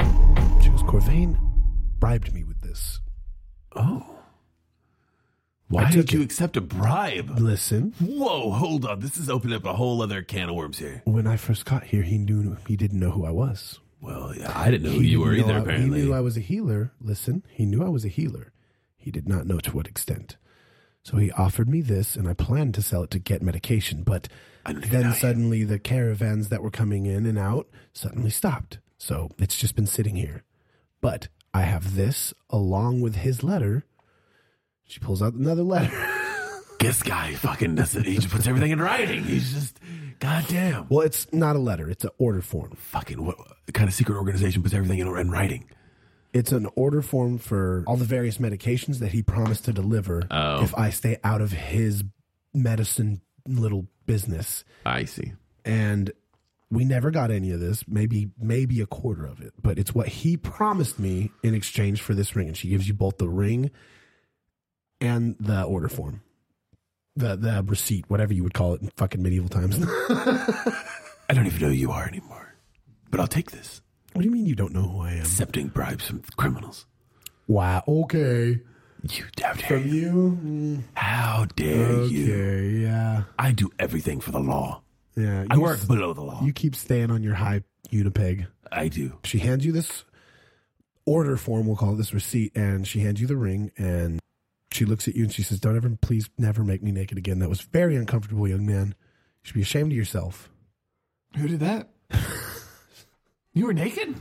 [SPEAKER 3] She goes, Corvain bribed me with this.
[SPEAKER 2] Oh. Why
[SPEAKER 3] took
[SPEAKER 2] did you
[SPEAKER 3] it.
[SPEAKER 2] accept a bribe?
[SPEAKER 3] Listen,
[SPEAKER 2] Whoa, hold on. This is opening up a whole other can of worms here.
[SPEAKER 3] when I first got here, he knew he didn't know who I was.
[SPEAKER 2] Well, yeah, I didn't know who
[SPEAKER 3] He
[SPEAKER 2] you were
[SPEAKER 3] didn't
[SPEAKER 2] either,
[SPEAKER 3] know I-
[SPEAKER 2] apparently.
[SPEAKER 3] He knew I was a healer. Listen, he knew I was a healer. He did not know to what extent. So he offered me this, and I planned to sell it to get medication. But
[SPEAKER 2] I don't even know
[SPEAKER 3] then
[SPEAKER 2] you.
[SPEAKER 3] suddenly the caravans that were coming in and out suddenly stopped. So it's just been sitting here. But I have this along with his letter. She pulls out another letter. (laughs)
[SPEAKER 2] This guy fucking doesn't. He just puts everything in writing. He's just, goddamn.
[SPEAKER 3] Well, it's not a letter, it's an order form.
[SPEAKER 2] Fucking, what kind of secret organization puts everything in, in writing?
[SPEAKER 3] It's an order form for all the various medications that he promised to deliver
[SPEAKER 2] Oh.
[SPEAKER 3] if I stay out of his medicine little business.
[SPEAKER 2] I see.
[SPEAKER 3] And we never got any of this, maybe maybe a quarter of it, but it's what he promised me in exchange for this ring. And she gives you both the ring and the order form. The the receipt, whatever you would call it in fucking medieval times. (laughs) what
[SPEAKER 2] I don't even know who you are anymore. But I'll take this.
[SPEAKER 3] do you mean you don't know who I am?
[SPEAKER 2] Accepting bribes from criminals.
[SPEAKER 3] Wow, okay.
[SPEAKER 2] You, how dare
[SPEAKER 3] From
[SPEAKER 2] you?
[SPEAKER 3] you? Mm,
[SPEAKER 2] How dare you?
[SPEAKER 3] Okay, yeah.
[SPEAKER 2] I do everything for the law.
[SPEAKER 3] Yeah.
[SPEAKER 2] I
[SPEAKER 3] you
[SPEAKER 2] work below the law.
[SPEAKER 3] You keep staying on your high unipeg.
[SPEAKER 2] I do.
[SPEAKER 3] She hands you this order form, we'll call it this receipt, and she hands you the ring and she looks at you and she says, Don't ever please never make me naked again. That was very uncomfortable, young man. You should be ashamed of yourself.
[SPEAKER 4] Who did that? (laughs) you were naked?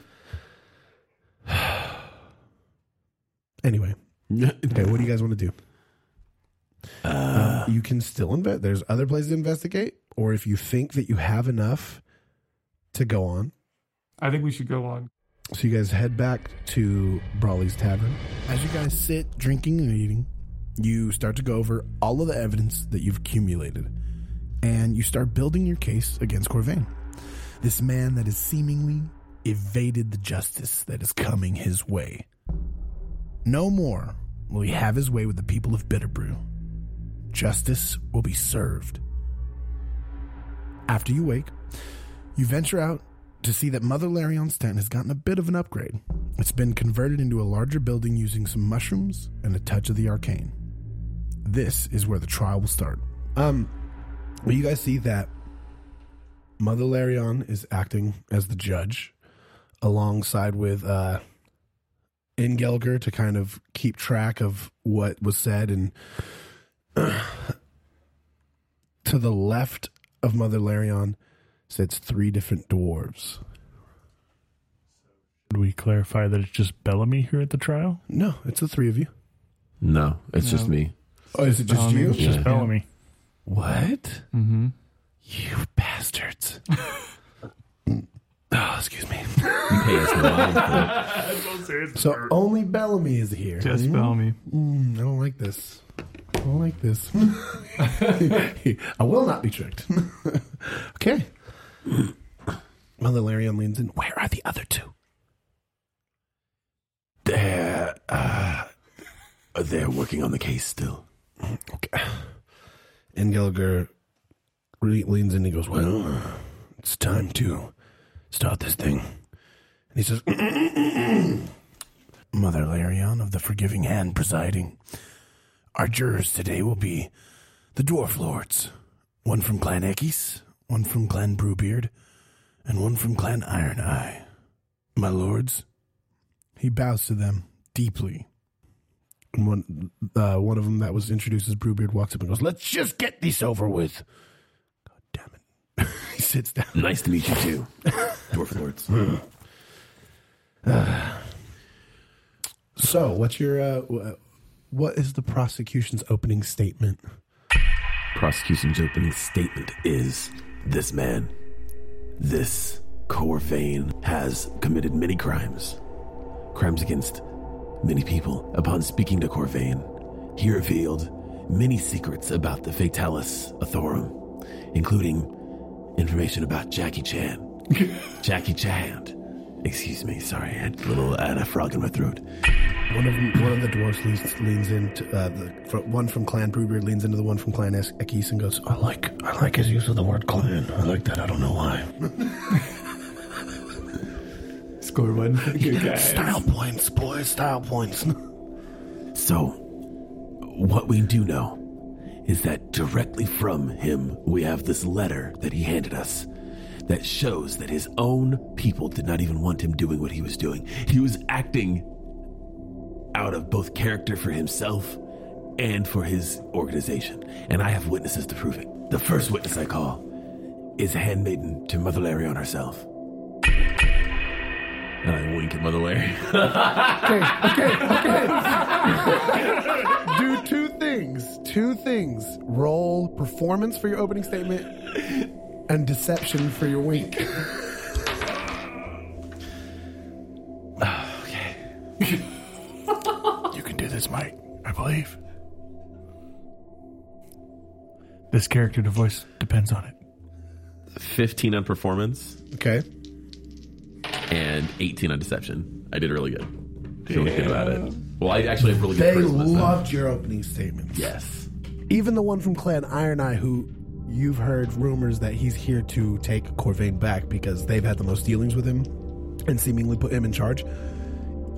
[SPEAKER 3] Anyway. Okay, what do you guys want to do? Um, you can still invest. There's other places to investigate, or if you think that you have enough to go on,
[SPEAKER 4] I think we should go on.
[SPEAKER 3] So you guys head back to Brawley's Tavern. As you guys sit drinking and eating, you start to go over all of the evidence that you've accumulated, and you start building your case against Corvain, this man that has seemingly evaded the justice that is coming his way. No more will he have his way with the people of Bitterbrew. Justice will be served. After you wake, you venture out to see that Mother Larion's tent has gotten a bit of an upgrade. It's been converted into a larger building using some mushrooms and a touch of the arcane. This is where the trial will start. Um, well, you guys see that Mother Larion is acting as the judge alongside with uh, Ingelger to kind of keep track of what was said and (clears throat) to the left of Mother Larion sits three different dwarves.
[SPEAKER 5] Would we clarify that it's just Bellamy here at the trial?
[SPEAKER 3] No, it's the three of you.
[SPEAKER 2] No, it's just me.
[SPEAKER 3] Oh, is it just you?
[SPEAKER 5] It's just
[SPEAKER 2] Yeah.
[SPEAKER 5] Bellamy.
[SPEAKER 2] What? Mm-hmm. You bastards. oh, excuse me. You
[SPEAKER 3] (laughs)
[SPEAKER 2] pay us the mind for
[SPEAKER 3] So only Bellamy is here.
[SPEAKER 4] Just spell me.
[SPEAKER 3] Mm, I don't like this. I don't like this. (laughs) I will not be tricked. (laughs) okay. Mother Larion leans in. Where are the other two?
[SPEAKER 2] They're, uh, they're working on the case still.
[SPEAKER 3] Okay. And Gallagher re- leans in and he goes, Well, it's time to start this thing. And he says, (clears throat) Mother Larion of the Forgiving Hand presiding. Our jurors today will be the Dwarf Lords one from Clan Ekis, one from Clan Brewbeard, and one from Clan Iron Eye. My lords, he bows to them deeply. And one, uh, one of them that was introduced as Brewbeard walks up and goes, "Let's just get this over with." God damn it! (laughs) he sits down.
[SPEAKER 2] Nice to meet you too, (laughs) Dwarf Lords.
[SPEAKER 3] So, what's your uh, wh- what is the prosecution's opening statement?
[SPEAKER 2] Prosecution's opening statement is this man, this Corvain, has committed many crimes. Crimes against many people. Upon speaking to Corvain, he revealed many secrets about the Fatalis Athorum, including information about Jackie
[SPEAKER 4] (laughs)
[SPEAKER 2] Chan. Jackie Chan. Excuse me, sorry, I had a little I had a frog in my throat.
[SPEAKER 3] One of them, one of the dwarfs leans, leans into uh, the fr- one from Clan Brewbeard leans into the one from Clan es- Ekis and goes, "I like I like his use of the word clan. I like that. I don't know why."
[SPEAKER 4] Score one.
[SPEAKER 2] (laughs)
[SPEAKER 4] Good guy.
[SPEAKER 3] Style points, boys. Style points. (laughs)
[SPEAKER 2] So, what we do know is that directly from him, we have this letter that he handed us that shows that his own people did not even want him doing what he was doing. He was acting out of both character for himself and for his organization, and I have witnesses to prove it. The first witness I call is handmaiden to Mother Larion herself. And I wink at Mother Larry.
[SPEAKER 3] Do two things. Two things. Roll performance for your opening statement and deception for your wink.
[SPEAKER 5] You can do this, Mike. I believe. This character to voice depends on it.
[SPEAKER 6] 15 on performance
[SPEAKER 3] Okay.
[SPEAKER 6] and 18 on deception. I did really good. Feeling good about it. Well, I actually have really good
[SPEAKER 3] They
[SPEAKER 6] charisma, so-
[SPEAKER 3] loved your opening statements.
[SPEAKER 6] Yes.
[SPEAKER 3] Even the one from Clan Iron Eye, who you've heard rumors that he's here to take Corvain back because they've had the most dealings with him and seemingly put him in charge.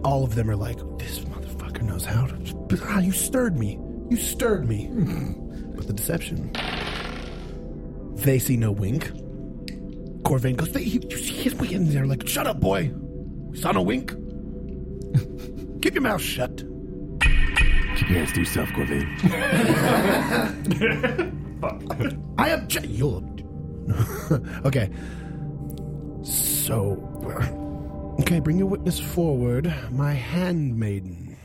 [SPEAKER 3] All of them are like, this motherfucker knows how to. Ah, you stirred me. You stirred me. but the deception. They see no wink. Corvain goes, they, you see his wink? And they're like, shut up, boy. We saw no wink. Keep your mouth shut.
[SPEAKER 2] Keep your hands to yourself, Corvain.
[SPEAKER 3] I object. You'll. ob- (laughs) okay. So. (laughs) Okay, bring your witness forward. My handmaiden.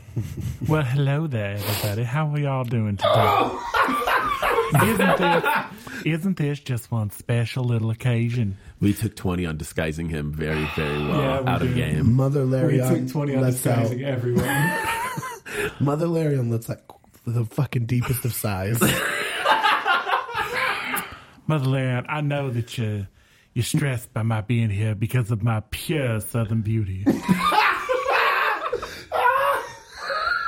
[SPEAKER 5] Well, hello there, everybody. How are y'all
[SPEAKER 7] (laughs)
[SPEAKER 5] doing today? isn't this isn't this just one special little occasion?
[SPEAKER 6] We took 20 on disguising him very, very well
[SPEAKER 7] Yeah, we
[SPEAKER 6] out of
[SPEAKER 7] did.
[SPEAKER 6] game.
[SPEAKER 3] Mother
[SPEAKER 7] We
[SPEAKER 3] Larion.
[SPEAKER 7] took 20 on
[SPEAKER 3] lets out.
[SPEAKER 7] disguising
[SPEAKER 5] (laughs)
[SPEAKER 7] everyone.
[SPEAKER 3] Mother Larion lets out the fucking deepest of sighs.
[SPEAKER 5] Motherland, I know that you you're stressed by my being here because of my pure southern beauty.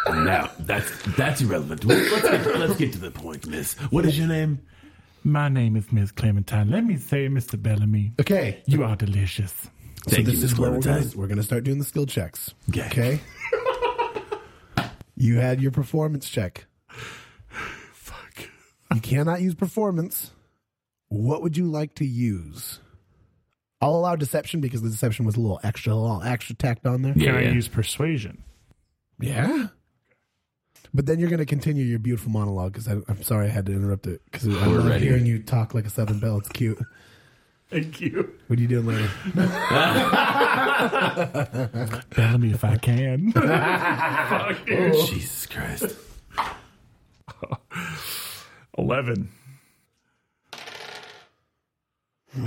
[SPEAKER 2] now, that's that's irrelevant. Let's get, let's get to the point, miss. What is your name?
[SPEAKER 5] My name is Miss Clementine. Let me say, Mr. Bellamy,
[SPEAKER 3] okay.
[SPEAKER 5] you are delicious.
[SPEAKER 2] Thank
[SPEAKER 3] so
[SPEAKER 2] you,
[SPEAKER 3] this
[SPEAKER 2] Miss
[SPEAKER 3] is where we're gonna,
[SPEAKER 2] Clementine.
[SPEAKER 3] we're gonna start doing the skill checks.
[SPEAKER 2] Okay.
[SPEAKER 3] Okay. you had your performance check. Fuck. You cannot use performance. What would you like to use? I'll allow deception because the deception was a little extra, a little extra tacked on there.
[SPEAKER 5] Can I
[SPEAKER 6] yeah.
[SPEAKER 5] use persuasion?
[SPEAKER 3] Yeah. But then you're going to continue your beautiful monologue because I'm sorry I had to interrupt it because I
[SPEAKER 6] We're
[SPEAKER 3] love
[SPEAKER 6] ready.
[SPEAKER 3] hearing you talk like a Southern Belle. It's cute.
[SPEAKER 5] Thank you.
[SPEAKER 3] What are you doing later?
[SPEAKER 5] Bellamy, if I (laughs) can.
[SPEAKER 7] Oh.
[SPEAKER 2] Jesus Christ.
[SPEAKER 5] 11.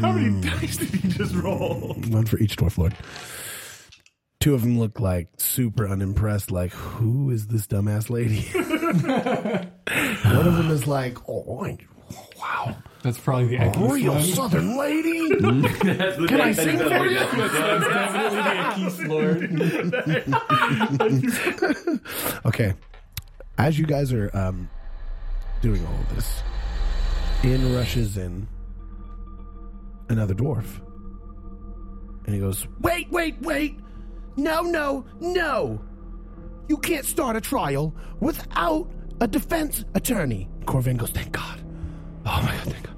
[SPEAKER 5] How many dice did he just roll?
[SPEAKER 3] One for each dwarf lord. Two of them look like super unimpressed, like, who is this dumbass lady? (laughs) One of them is like, oh, I- wow.
[SPEAKER 7] That's probably the Equus
[SPEAKER 3] Real
[SPEAKER 7] one.
[SPEAKER 3] southern lady? Can I sing for you? okay. As you guys are um, doing all of this, in rushes in another dwarf. And he goes, Wait, wait, wait! No, no, no! You can't start a trial without a defense attorney. Corvain goes, Thank God. Oh my God, thank God.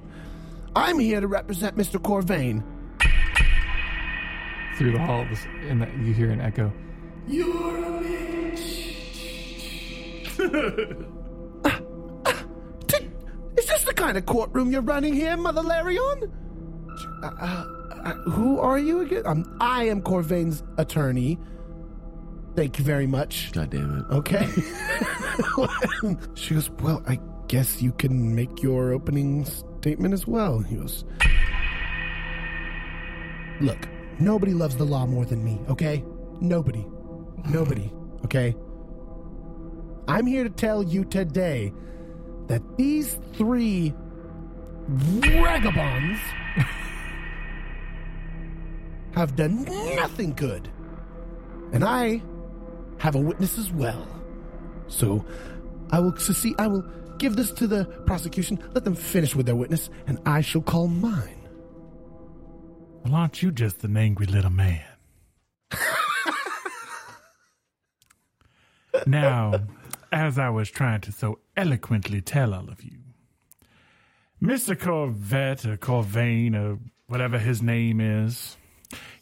[SPEAKER 3] I'm here to represent Mr. Corvain.
[SPEAKER 7] through the halls, and that you hear an echo.
[SPEAKER 3] (laughs) T- Is this the kind of courtroom you're running here, Mother Larion? Uh, uh, uh, who are you again? Um, I am Corvain's attorney. Thank you very much.
[SPEAKER 6] God damn it.
[SPEAKER 3] Okay. (laughs) she goes, Well, I guess you can make your opening statement as well. He goes, Look, nobody loves the law more than me, okay? Nobody. Nobody, okay? I'm here to tell you today that these three vagabonds have done nothing good. And I have a witness as well. So I will succeed. I will give this to the prosecution. Let them finish with their witness, and I shall call mine.
[SPEAKER 5] Well, aren't you just an angry little man? now, as I was trying to so eloquently tell all of you, Mr. Corvette or Corvain or whatever his name is,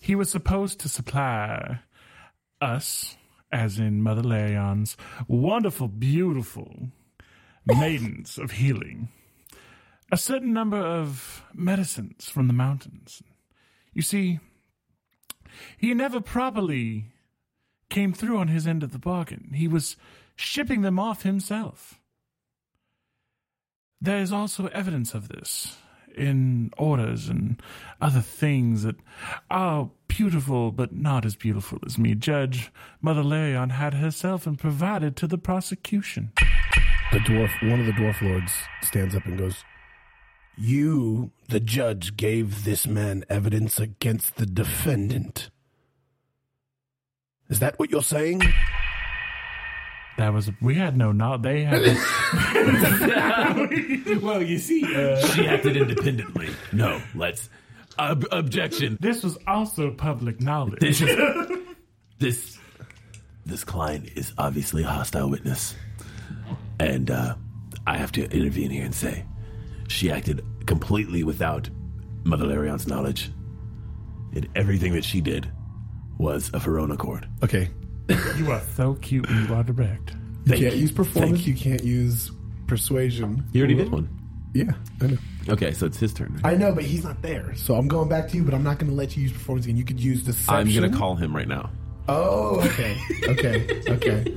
[SPEAKER 5] he was supposed to supply us, as in Mother Larion's, wonderful, beautiful maidens of healing, a certain number of medicines from the mountains. You see, he never properly came through on his end of the bargain. He was shipping them off himself. There is also evidence of this in orders and other things that are beautiful but not as beautiful as me. Judge Mother Larion had herself and provided to the prosecution.
[SPEAKER 3] The dwarf, one of the dwarf lords, stands up and goes, "You, the judge, gave this man evidence against the defendant. Is that what you're saying?"
[SPEAKER 5] That was we had no nod. They had
[SPEAKER 4] Well, you see, uh,
[SPEAKER 2] She acted independently. No, let's. Ob- objection.
[SPEAKER 5] this was also public knowledge.
[SPEAKER 2] This is (laughs) this this client is obviously a hostile witness, and uh, I have to intervene here and say she acted completely without Mother Larion's knowledge, and everything that she did was of her own accord.
[SPEAKER 3] Okay,
[SPEAKER 5] you are so cute and you are direct.
[SPEAKER 3] you
[SPEAKER 2] Thank
[SPEAKER 3] can't
[SPEAKER 2] you.
[SPEAKER 3] use performance.
[SPEAKER 2] Thank
[SPEAKER 3] You. can't use persuasion.
[SPEAKER 2] You already did one.
[SPEAKER 3] Yeah, I know.
[SPEAKER 2] Okay, so it's his turn.
[SPEAKER 3] I know, but he's not there, so I'm going back to you. But I'm not going to let you use performance again. You could use deception.
[SPEAKER 2] I'm gonna call him right now.
[SPEAKER 3] (laughs) Oh, okay, okay, okay.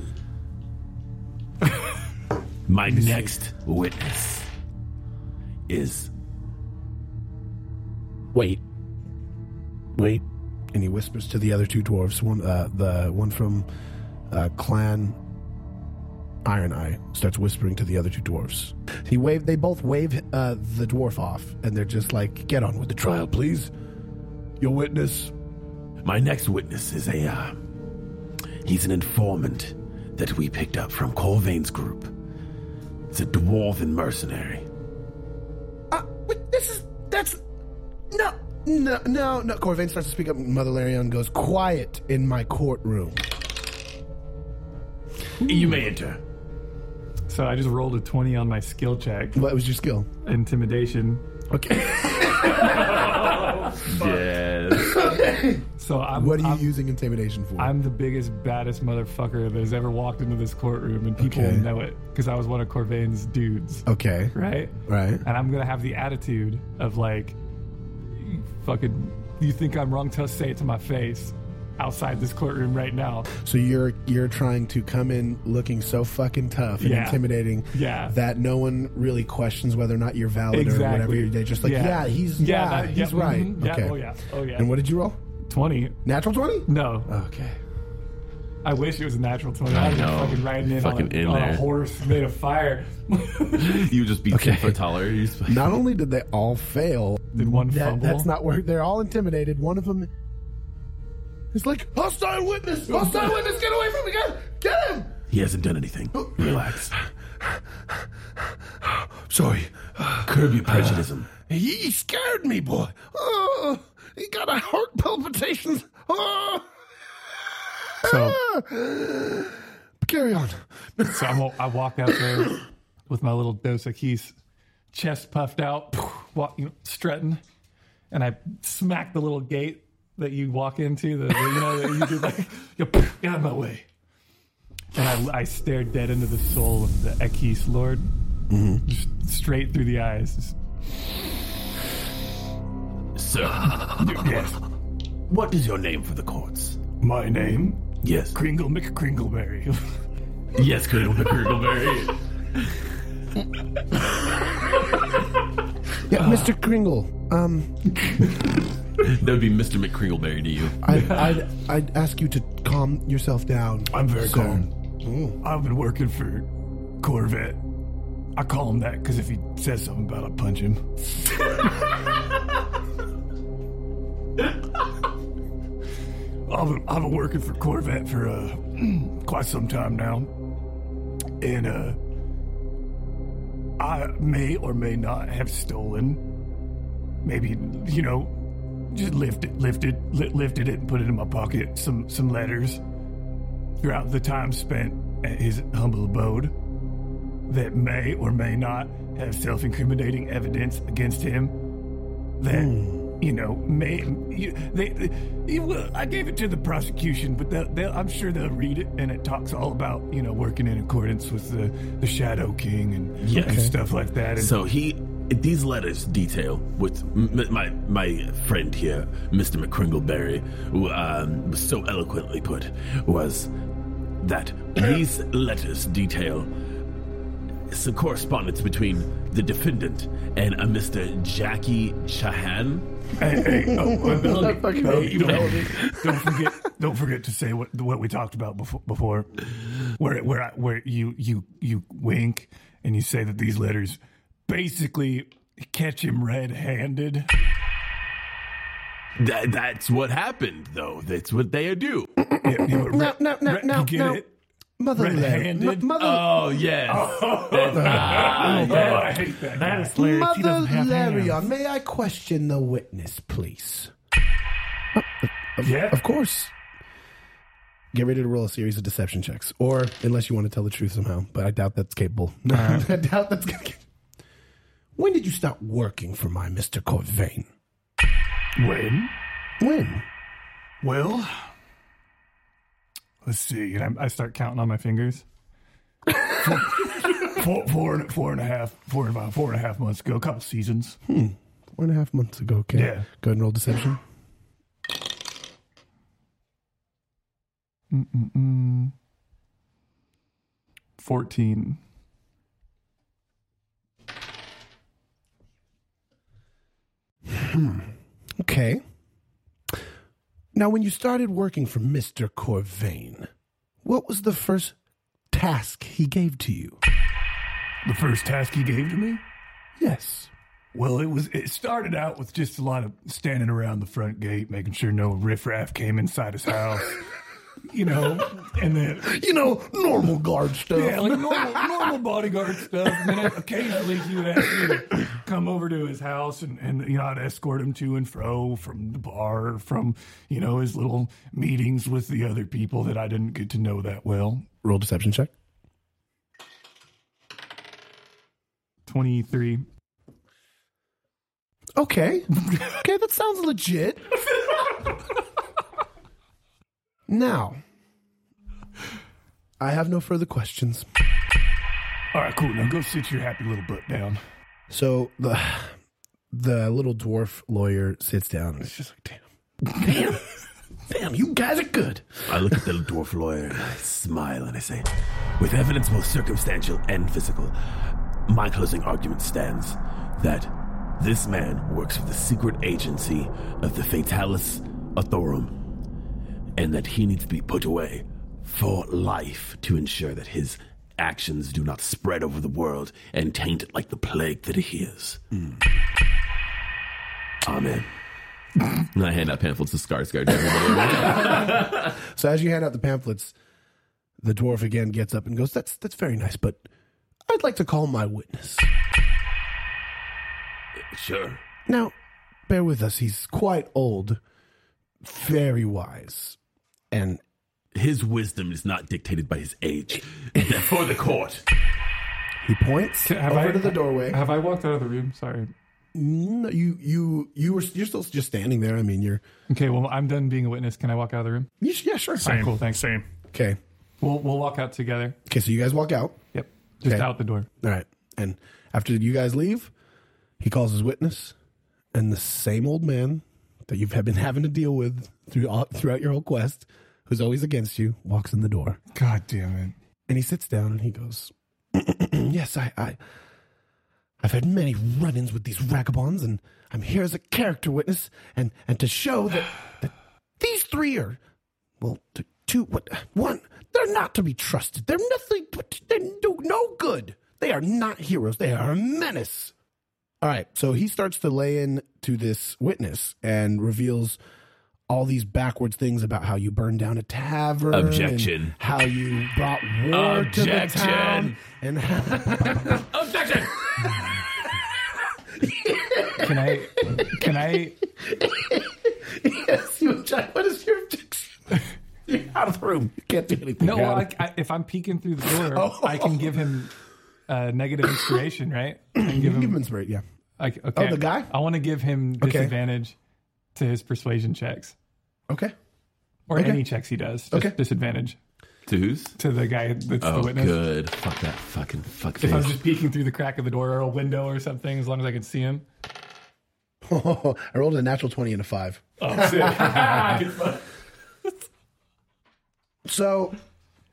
[SPEAKER 2] My next witness is
[SPEAKER 3] Wait, wait. And he whispers to the other two dwarfs. One, uh, the one from uh, Clan Iron Eye, starts whispering to the other two dwarfs. He wave. They both wave uh, the dwarf off, and they're just like, "Get on with the trial, please." Your witness.
[SPEAKER 2] My next witness is a. Uh, he's an informant that we picked up from Corvain's group. It's a dwarven mercenary.
[SPEAKER 3] Uh, wait, this is that's no, no, no, no. Corvain starts to speak up. Mother Larion goes, "Quiet in my courtroom."
[SPEAKER 2] You may enter.
[SPEAKER 4] so I just rolled a twenty on my skill check,
[SPEAKER 3] What was your skill?
[SPEAKER 4] intimidation.
[SPEAKER 3] Okay.
[SPEAKER 2] Yes.
[SPEAKER 4] So
[SPEAKER 3] (laughs)
[SPEAKER 4] I'm
[SPEAKER 3] What are you
[SPEAKER 4] I'm,
[SPEAKER 3] using intimidation for?
[SPEAKER 4] I'm the biggest baddest motherfucker that has ever walked into this courtroom, and people
[SPEAKER 3] Okay.
[SPEAKER 4] will know it because I was one of Corvain's dudes,
[SPEAKER 3] okay.
[SPEAKER 4] right?
[SPEAKER 3] Right.
[SPEAKER 4] and I'm gonna have the attitude of like, "You fucking, you think I'm wrong? Just say it to my face, outside this courtroom right now.
[SPEAKER 3] So you're you're trying to come in looking so fucking tough and
[SPEAKER 4] Yeah.
[SPEAKER 3] intimidating
[SPEAKER 4] Yeah.
[SPEAKER 3] that no one really questions whether or not you're valid or whatever.
[SPEAKER 4] Exactly.
[SPEAKER 3] You're- They're just like, yeah,
[SPEAKER 4] Yeah.
[SPEAKER 3] he's yeah, mm-hmm,
[SPEAKER 4] Yeah, that-
[SPEAKER 3] he's
[SPEAKER 4] yeah,
[SPEAKER 3] right.
[SPEAKER 4] mhm, yeah,
[SPEAKER 3] okay.
[SPEAKER 4] oh yeah, oh yeah.
[SPEAKER 3] And what Uh. did you roll?
[SPEAKER 4] Twenty?
[SPEAKER 3] Natural twenty.
[SPEAKER 4] No,
[SPEAKER 3] Okay.
[SPEAKER 4] I wish it was a natural twenty.
[SPEAKER 2] I
[SPEAKER 4] I, was
[SPEAKER 2] know.
[SPEAKER 4] fucking riding in,
[SPEAKER 2] Fucking
[SPEAKER 4] on, a,
[SPEAKER 2] in
[SPEAKER 4] on
[SPEAKER 2] there.
[SPEAKER 4] a horse made of fire.
[SPEAKER 2] (laughs)
[SPEAKER 4] (laughs)
[SPEAKER 2] you would just be
[SPEAKER 3] Okay.
[SPEAKER 2] ten foot taller. You just-
[SPEAKER 3] Not only did they all fail,
[SPEAKER 4] Did one
[SPEAKER 3] that,
[SPEAKER 4] fumble?
[SPEAKER 3] that's not where they're all intimidated. One of them is like hostile witness, hostile witness, get away from me, get, get him.
[SPEAKER 2] he hasn't done anything. Relax.
[SPEAKER 9] Sorry.
[SPEAKER 3] Uh,
[SPEAKER 2] Curb your prejudice.
[SPEAKER 9] He scared me, boy. Oh,
[SPEAKER 3] Uh,
[SPEAKER 9] he got a heart palpitations. Oh.
[SPEAKER 4] So,
[SPEAKER 3] (gasps) Carry on.
[SPEAKER 4] so I'm, wa- I walked out there with my little Dos Equis, chest puffed out, walk, you know, strutting, and I smacked the little gate that you walk into. The, the- you know, that you do like, (laughs) you get out of my way. And I, I stared dead into the soul of the Ekis Lord, just straight through the eyes. Just,
[SPEAKER 2] Sir. yes. What is your name for the courts?
[SPEAKER 4] My name,
[SPEAKER 2] Yes.
[SPEAKER 4] Kringle McCringleberry.
[SPEAKER 5] (laughs)
[SPEAKER 2] yes, Colonel McGurgleberry.
[SPEAKER 3] Yeah,
[SPEAKER 4] Uh.
[SPEAKER 3] Mr. Kringle. Um.
[SPEAKER 2] that would be Mr. McCringleberry to you.
[SPEAKER 3] I'd, I'd,
[SPEAKER 4] (laughs)
[SPEAKER 3] I'd ask you to calm yourself down.
[SPEAKER 4] I'm very
[SPEAKER 3] sir.
[SPEAKER 4] calm. I've been working for Corvette. I call him that because if he says something about it, I punch him. (laughs) I've, been, I've been working for Corvette for uh, (clears throat) quite some time now. And uh, I may or may not have stolen, maybe, you know, just lifted, lifted, li- lifted it and put it in my pocket, some, some letters throughout the time spent at his humble abode that may or may not have self incriminating evidence against him that you know, may you, they, they- you will, I gave it to the prosecution, but they'll, they'll, I'm sure they'll read it, and it talks all about you know working in accordance with the, the Shadow King and,
[SPEAKER 2] Yes.
[SPEAKER 4] and stuff like that. And
[SPEAKER 2] So he, these letters detail with m- my my friend here, Mister McCringleberry, who, um, was so eloquently put, was that these letters detail some correspondence between the defendant and a Mister Jackie Chahan.
[SPEAKER 4] hey, hey, oh, uh, Melanie,
[SPEAKER 3] fucking
[SPEAKER 4] Melanie,
[SPEAKER 3] hate
[SPEAKER 4] don't, don't forget, don't forget to say what what we talked about before, before where where I, where you you you wink and you say that these letters basically catch him red-handed.
[SPEAKER 2] That, that's what happened, though. That's what they do.
[SPEAKER 4] Yeah, yeah, but
[SPEAKER 3] No,
[SPEAKER 4] red-
[SPEAKER 3] no, no,
[SPEAKER 4] red-
[SPEAKER 3] no,
[SPEAKER 4] you get
[SPEAKER 3] no.
[SPEAKER 4] it?
[SPEAKER 3] Mother Larry.
[SPEAKER 4] Red-handed? Uh,
[SPEAKER 3] M- mother,
[SPEAKER 2] Oh yes, That's- ah,
[SPEAKER 4] Oh,
[SPEAKER 2] yes.
[SPEAKER 4] I hate that.
[SPEAKER 5] That is hilarious. He
[SPEAKER 3] Mother
[SPEAKER 5] doesn't have hands.
[SPEAKER 3] Larion, may I question the witness, please?
[SPEAKER 4] Yeah.
[SPEAKER 3] Of course. Get ready to roll a series of deception checks, or unless you want to tell the truth somehow. But I doubt that's capable. (laughs) No, I doubt that's gonna. Get... When did you start working for my Mister Corvain?
[SPEAKER 4] When?
[SPEAKER 3] When?
[SPEAKER 4] Well, let's see. And I, I start counting on my fingers. four, four, and- four and a half, four and about four and a half months ago, a couple seasons.
[SPEAKER 3] Four and a half months ago. Okay.
[SPEAKER 4] Yeah.
[SPEAKER 3] Go ahead and roll deception.
[SPEAKER 4] Mm-mm-mm. Fourteen.
[SPEAKER 3] Okay. Now, when you started working for Mister Corvain, what was the first task he gave to you?
[SPEAKER 4] The first task he gave to me.
[SPEAKER 3] Yes.
[SPEAKER 4] Well, it was. It started out with just a lot of standing around the front gate, making sure no riffraff came inside his house. (laughs) you know, and then
[SPEAKER 3] You know, normal guard stuff.
[SPEAKER 4] Yeah, like normal, normal bodyguard stuff. And then occasionally he would ask me to come over to his house, and, and you know I'd escort him to and fro from the bar, from you know his little meetings with the other people that I didn't get to know that well.
[SPEAKER 3] Roll deception check.
[SPEAKER 4] Twenty three.
[SPEAKER 3] (laughs) Okay. Okay, that sounds legit. now, I have no further questions.
[SPEAKER 4] All right, cool. Now go sit your happy little butt down.
[SPEAKER 3] So the the little dwarf lawyer sits down and it's just like, damn. Damn. Damn, you guys are good.
[SPEAKER 2] I look at the dwarf lawyer and I smile and I say, with evidence both circumstantial and physical, my closing argument stands that this man works for the secret agency of the Fatalis Authorum, and that he needs to be put away for life to ensure that his actions do not spread over the world and taint it like the plague that he is. (laughs) Amen. and I hand out pamphlets to Skarsgård to everybody.
[SPEAKER 3] So as you hand out the pamphlets, the dwarf again gets up and goes, That's that's very nice, but I'd like to call my witness.
[SPEAKER 2] sure.
[SPEAKER 3] Now, bear with us, he's quite old, very wise, and
[SPEAKER 2] his wisdom is not dictated by his age. (laughs) For the court.
[SPEAKER 3] He points
[SPEAKER 10] Have
[SPEAKER 3] over
[SPEAKER 10] I-
[SPEAKER 3] to the doorway.
[SPEAKER 10] Have I walked out of the room? Sorry.
[SPEAKER 3] No, you you you were you're still just standing there. I mean, you're
[SPEAKER 10] Okay, well, I'm done being a witness. Can I walk out of the room?
[SPEAKER 3] you, yeah, sure.
[SPEAKER 5] Same.
[SPEAKER 10] Cool, thanks.
[SPEAKER 5] Same.
[SPEAKER 3] Okay,
[SPEAKER 10] We'll we'll walk out together.
[SPEAKER 3] okay. So you guys walk out.
[SPEAKER 10] Yep. Just
[SPEAKER 3] Okay.
[SPEAKER 10] out the door.
[SPEAKER 3] All right, and after you guys leave, he calls his witness, and the same old man that you've been having to deal with through all, throughout your whole quest, who's always against you, walks in the door.
[SPEAKER 4] God damn it!
[SPEAKER 3] And he sits down and he goes, (clears throat) Yes, I, I, I've had many run ins with these vagabonds, and I'm here as a character witness and, and to show that, (sighs) that these three are, well, t- two, what, one, they're not to be trusted. They're nothing, but they do no good. They are not heroes. They are a menace. All right, so he starts to lay in to this witness and reveals all these backwards things about how you burned down a tavern, and
[SPEAKER 2] Objection.
[SPEAKER 3] how you brought war to the
[SPEAKER 2] Objection.
[SPEAKER 3] town, and how,
[SPEAKER 2] Objection!
[SPEAKER 10] Can I can I
[SPEAKER 3] yes, you object. What is your (laughs) objection? You're out of the room. You can't do anything.
[SPEAKER 10] No,
[SPEAKER 3] You're
[SPEAKER 10] well,
[SPEAKER 3] out
[SPEAKER 10] I,
[SPEAKER 3] of-
[SPEAKER 10] I, if I'm peeking through the
[SPEAKER 3] (laughs)
[SPEAKER 10] door,
[SPEAKER 3] Oh.
[SPEAKER 10] I can give him uh, negative
[SPEAKER 4] (clears throat)
[SPEAKER 10] inspiration, right? I Mm-hmm. can give
[SPEAKER 3] you
[SPEAKER 10] him.
[SPEAKER 3] can give him inspiration. Yeah.
[SPEAKER 10] I, okay.
[SPEAKER 3] Oh, the guy?
[SPEAKER 10] I want to give him
[SPEAKER 3] Okay.
[SPEAKER 10] disadvantage
[SPEAKER 4] to his persuasion checks
[SPEAKER 3] Okay. (laughs)
[SPEAKER 4] or
[SPEAKER 3] Okay.
[SPEAKER 4] any checks he does. Just
[SPEAKER 3] Okay.
[SPEAKER 4] disadvantage
[SPEAKER 2] To who's?
[SPEAKER 4] to the guy that's
[SPEAKER 2] Oh,
[SPEAKER 4] the witness.
[SPEAKER 2] good. Fuck that fucking fuck
[SPEAKER 4] If I was
[SPEAKER 2] face.
[SPEAKER 4] just peeking through the crack of the door or a window or something, as long as I could
[SPEAKER 3] (laughs)
[SPEAKER 4] see him. (laughs)
[SPEAKER 3] I rolled a natural 20 and a 5.
[SPEAKER 4] Oh, shit.
[SPEAKER 3] So,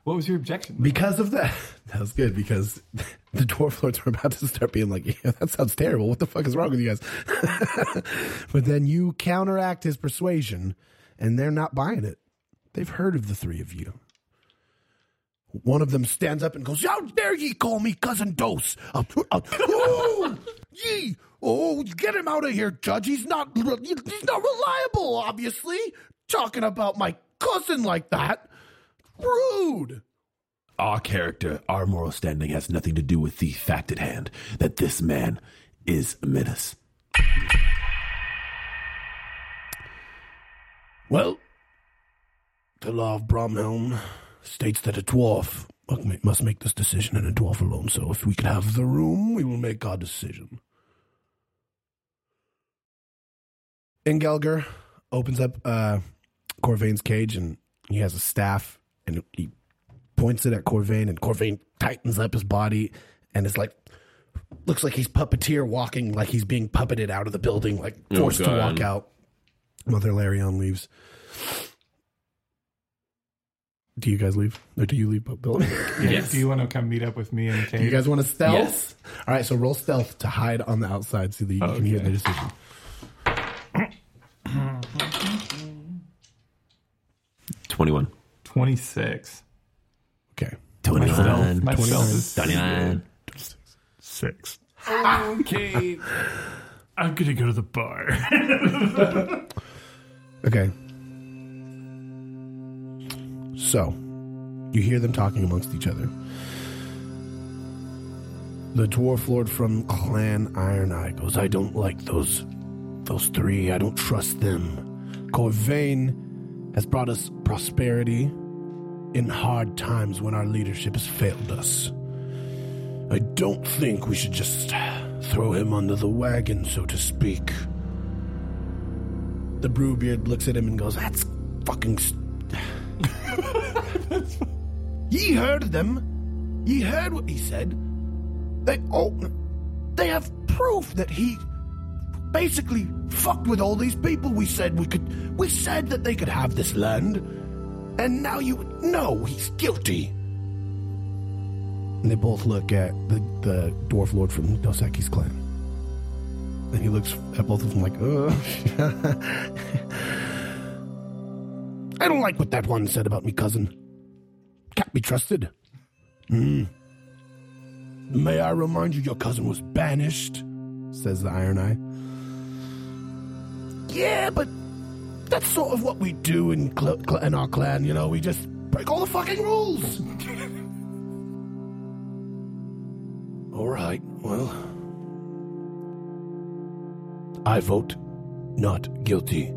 [SPEAKER 4] what was your objection?
[SPEAKER 3] because of that, (laughs) that was good because (laughs) the dwarf lords were about to start being like, yeah, that sounds terrible. What the fuck is wrong with you guys? (laughs) but then you counteract his persuasion, and they're not buying it. They've heard of the three of you. One of them stands up and goes, How dare ye call me Cousin Dose? Uh, uh, ooh, ye! Oh, get him out of here, Judge. He's not, he's not reliable, obviously. Talking about my cousin like that. Rude.
[SPEAKER 2] Our character, our moral standing has nothing to do with the fact at hand that this man is a menace.
[SPEAKER 3] Well, the law of Bromhelm states that a dwarf must ma- must make this decision and a dwarf alone. So if we could have the room, we will make our decision. Ingelger opens up uh, Corvain's cage and he has a staff and he points it at Corvain and Corvain tightens up his body and is like, looks like he's puppeteer walking, like he's being puppeted out of the building, like
[SPEAKER 2] Oh,
[SPEAKER 3] forced to
[SPEAKER 2] God.
[SPEAKER 3] walk out. Mother Larion leaves. Do you guys leave? Or do you leave, Bill? do
[SPEAKER 4] Yeah, Do you want to come meet up with me and
[SPEAKER 3] you
[SPEAKER 4] Kate?
[SPEAKER 3] guys want to stealth? All right, so roll stealth to hide on the outside so that you can hear
[SPEAKER 4] Okay.
[SPEAKER 3] the decision.
[SPEAKER 2] Twenty-one.
[SPEAKER 4] 26.
[SPEAKER 3] Okay.
[SPEAKER 4] Myself.
[SPEAKER 2] 21.
[SPEAKER 4] Myself is
[SPEAKER 2] 29.
[SPEAKER 5] Six.
[SPEAKER 4] Kate.
[SPEAKER 5] I'm gonna go to the bar. (laughs)
[SPEAKER 3] Okay. So, you hear them talking amongst each other. The dwarf lord from Clan Iron Eye goes, I don't like those those three. I don't trust them. Corvain has brought us prosperity in hard times when our leadership has failed us. I don't think we should just throw him under the wagon, so to speak. The brewbeard looks at him and goes, "That's fucking." St- (laughs) Ye heard them. Ye heard what he said. They oh, they have proof that he basically fucked with all these people. We said we could. We said that they could have this land, and now you know he's guilty. And they both look at the, the dwarf lord from Dos Equis clan. And he looks at both of them like, ugh. I don't like what that one said about me, cousin. Can't be trusted. Hmm. May I remind you, your cousin was banished, says the Iron Eye. Yeah, but that's sort of what we do in, cl- cl- in our clan, you know, we just break all the fucking rules. (laughs) all right, well. I vote not guilty.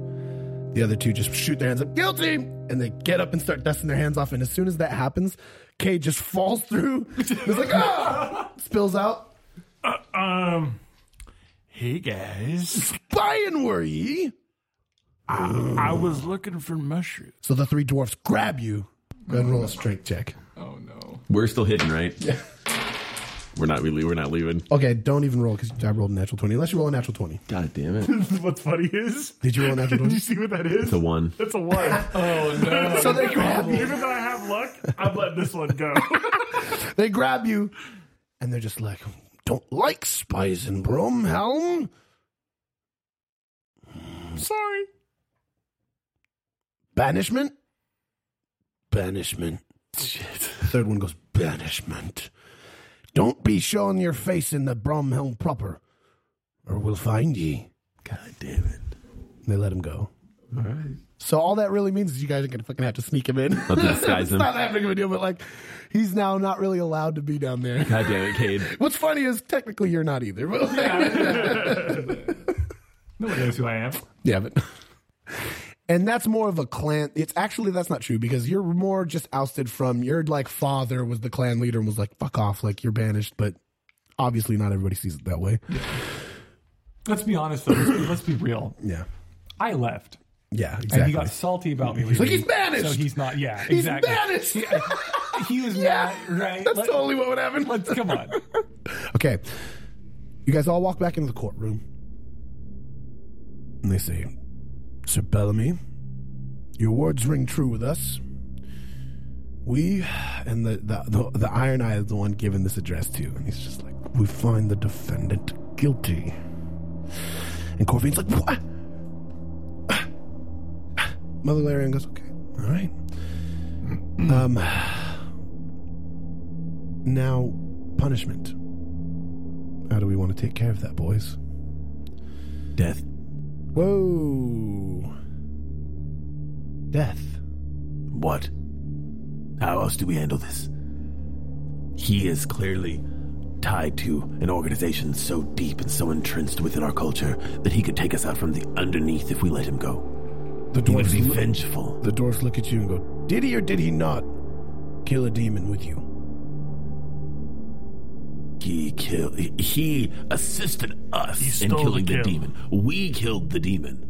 [SPEAKER 3] The other two just shoot their hands up, guilty! And they get up and start dusting their hands off. And as soon as that happens, Kay just falls through. (laughs) It's like, ah! Spills out.
[SPEAKER 5] um, hey guys,
[SPEAKER 3] Spying were ye?
[SPEAKER 5] I was looking for mushrooms.
[SPEAKER 3] So the three dwarfs grab you. Go ahead and roll a strength check.
[SPEAKER 4] Oh, no.
[SPEAKER 2] We're still hidden, right? Yeah. We're not really. We're not leaving.
[SPEAKER 3] Okay, don't even roll because I rolled a natural 20. Unless you roll a natural 20.
[SPEAKER 2] God damn it!
[SPEAKER 5] What's funny is,
[SPEAKER 3] Did you roll a natural
[SPEAKER 5] did
[SPEAKER 3] 20?
[SPEAKER 5] you see what that is?
[SPEAKER 2] The one.
[SPEAKER 5] That's a (laughs) one.
[SPEAKER 3] (laughs) so they grab you.
[SPEAKER 5] Even though I have luck, I'm letting this one go.
[SPEAKER 3] They grab you. And they're just like, don't like spies in Bromhelm.
[SPEAKER 5] Sorry.
[SPEAKER 3] Banishment? Banishment. Shit. Third one goes, banishment. Don't be showing your face in the Bromhelm proper, or we'll find ye.
[SPEAKER 2] God damn it!
[SPEAKER 3] And they let him go. All right. So all that really means is you guys are gonna fucking have to sneak him in.
[SPEAKER 2] Not to
[SPEAKER 3] (laughs)
[SPEAKER 2] disguise
[SPEAKER 3] it's
[SPEAKER 2] him.
[SPEAKER 3] not that big of a deal, but like, he's now not really allowed to be down there.
[SPEAKER 2] (laughs) God damn it, Cade.
[SPEAKER 3] What's funny is technically you're not either. But
[SPEAKER 4] No one knows who I am.
[SPEAKER 3] (laughs) Yeah, but (laughs) and that's more of a clan. It's actually that's not true because you're more just ousted from your like father was the clan leader and was like fuck off, like you're banished. But obviously, not everybody sees it that way.
[SPEAKER 4] Let's be honest, though. Let's be, let's be real.
[SPEAKER 3] Yeah,
[SPEAKER 4] I left.
[SPEAKER 3] Yeah, exactly.
[SPEAKER 4] And he got salty about me. He's
[SPEAKER 3] like, "He's banished!"
[SPEAKER 4] So he's not. Yeah,
[SPEAKER 3] He's
[SPEAKER 4] exactly. (laughs)
[SPEAKER 3] banished!
[SPEAKER 4] Yeah, he was mad, right?
[SPEAKER 3] That's
[SPEAKER 4] Let-
[SPEAKER 3] totally what would happen.
[SPEAKER 4] let's- come on.
[SPEAKER 3] Okay. You guys all walk back into the courtroom. And they say, Sir Bellamy, your words ring true with us. We, and the, the, the, the Iron Eye is the one giving this address to. And he's just like, We find the defendant guilty. And Corvine's like, What? Mother Larian goes, Okay, all right. Um, now, punishment. How do we want to take care of that, boys?
[SPEAKER 2] Death.
[SPEAKER 3] Whoa. Death.
[SPEAKER 2] What? How else do we handle this? He is clearly tied to an organization so deep and so entrenched within our culture that he could take us out from the underneath if we let him go.
[SPEAKER 3] The
[SPEAKER 2] He would
[SPEAKER 3] dwarfs,
[SPEAKER 2] be
[SPEAKER 3] look,
[SPEAKER 2] vengeful.
[SPEAKER 3] the dwarfs look at you and go, Did he or did he not kill a demon with you?
[SPEAKER 2] He killed. He assisted us
[SPEAKER 5] He
[SPEAKER 2] in
[SPEAKER 5] stole the
[SPEAKER 2] killing the
[SPEAKER 5] kill.
[SPEAKER 2] demon. We killed the demon.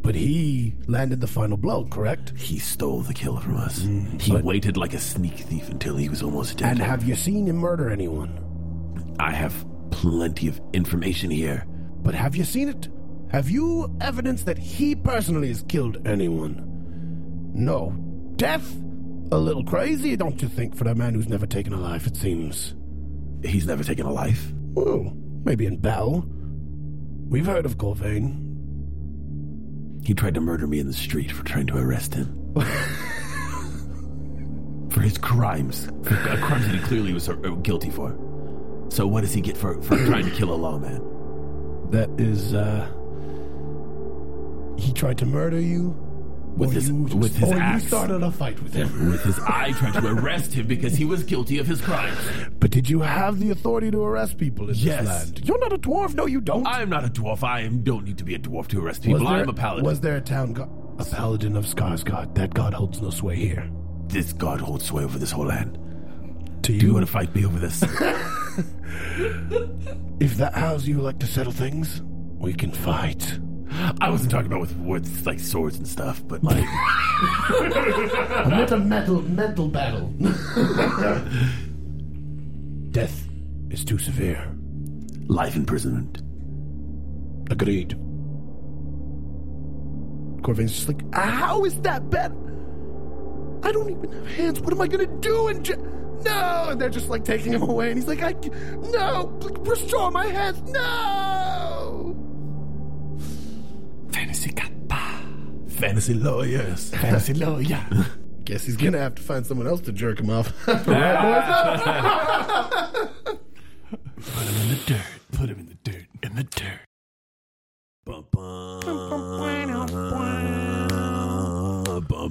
[SPEAKER 3] But he landed the final blow, correct?
[SPEAKER 2] He stole the kill from us. he waited like a sneak thief until he was almost dead.
[SPEAKER 3] And have you seen him murder anyone?
[SPEAKER 2] I have plenty of information here.
[SPEAKER 3] But have you seen it? Have you evidence that he personally has killed anyone? No. Death? A little crazy, don't you think, for a man who's never taken a life, it seems.
[SPEAKER 2] He's never taken a life.
[SPEAKER 3] Well, maybe in Bell. We've heard of Corvain.
[SPEAKER 2] He tried to murder me in the street for trying to arrest him. for his crimes. For uh, crimes that he clearly was uh, guilty for. So what does he get for, for trying to kill a lawman?
[SPEAKER 3] That is, uh. He tried to murder you.
[SPEAKER 2] With
[SPEAKER 3] or
[SPEAKER 2] his,
[SPEAKER 3] you
[SPEAKER 2] with his
[SPEAKER 3] or
[SPEAKER 2] axe.
[SPEAKER 3] you started a fight with him.
[SPEAKER 2] With his eye tried to arrest him because he was guilty of his crimes.
[SPEAKER 3] But did you have the authority to arrest people in
[SPEAKER 2] Yes.
[SPEAKER 3] this land? You're not a dwarf. No, you don't.
[SPEAKER 2] I am not a dwarf. I am, don't need to be a dwarf to arrest people. I am a paladin.
[SPEAKER 3] Was there a town go- A paladin of Skarsgård. That god holds no sway here.
[SPEAKER 2] this god holds sway over this whole land.
[SPEAKER 3] To
[SPEAKER 2] Do you
[SPEAKER 3] you,
[SPEAKER 2] want to fight me
[SPEAKER 3] (laughs)
[SPEAKER 2] over this?
[SPEAKER 3] if that how's you like to settle things, we can fight.
[SPEAKER 2] I wasn't talking about with, with like swords and stuff, but like
[SPEAKER 3] Not a mental mental battle. (laughs) Death is too severe.
[SPEAKER 2] life imprisonment.
[SPEAKER 3] Agreed. Corvain's just like, how is that better? I don't even have hands. What am I gonna do? And Ja- no, and they're just like taking him away, and he's like, I c- no, pl- restore my hands, no.
[SPEAKER 4] Fantasy kappa.
[SPEAKER 2] Fantasy lawyers.
[SPEAKER 4] Fantasy low, yeah.
[SPEAKER 3] (laughs) Guess he's gonna have to find someone else to jerk him off. (laughs)
[SPEAKER 4] In the dirt. Put him in the dirt. In the dirt.
[SPEAKER 2] Bum, bum. Bum, bum.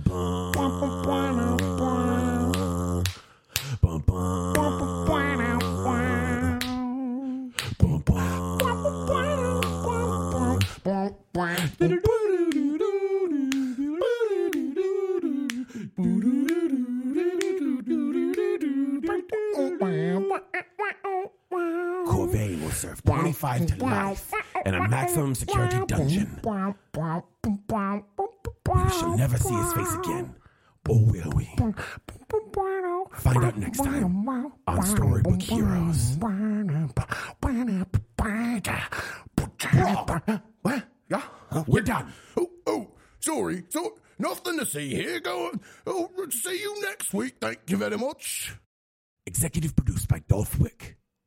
[SPEAKER 2] Bum, bum. Bum, bum. Corvain will serve 25 to life in a maximum security dungeon. We shall never see his face again. Or will we? Find out next time on Storybook Heroes.
[SPEAKER 3] What? Yeah.
[SPEAKER 2] We're done.
[SPEAKER 3] Oh, oh, sorry. So nothing to see here. Go. Oh, see you next week. Thank you very much.
[SPEAKER 2] Executive produced by Dolph Wick.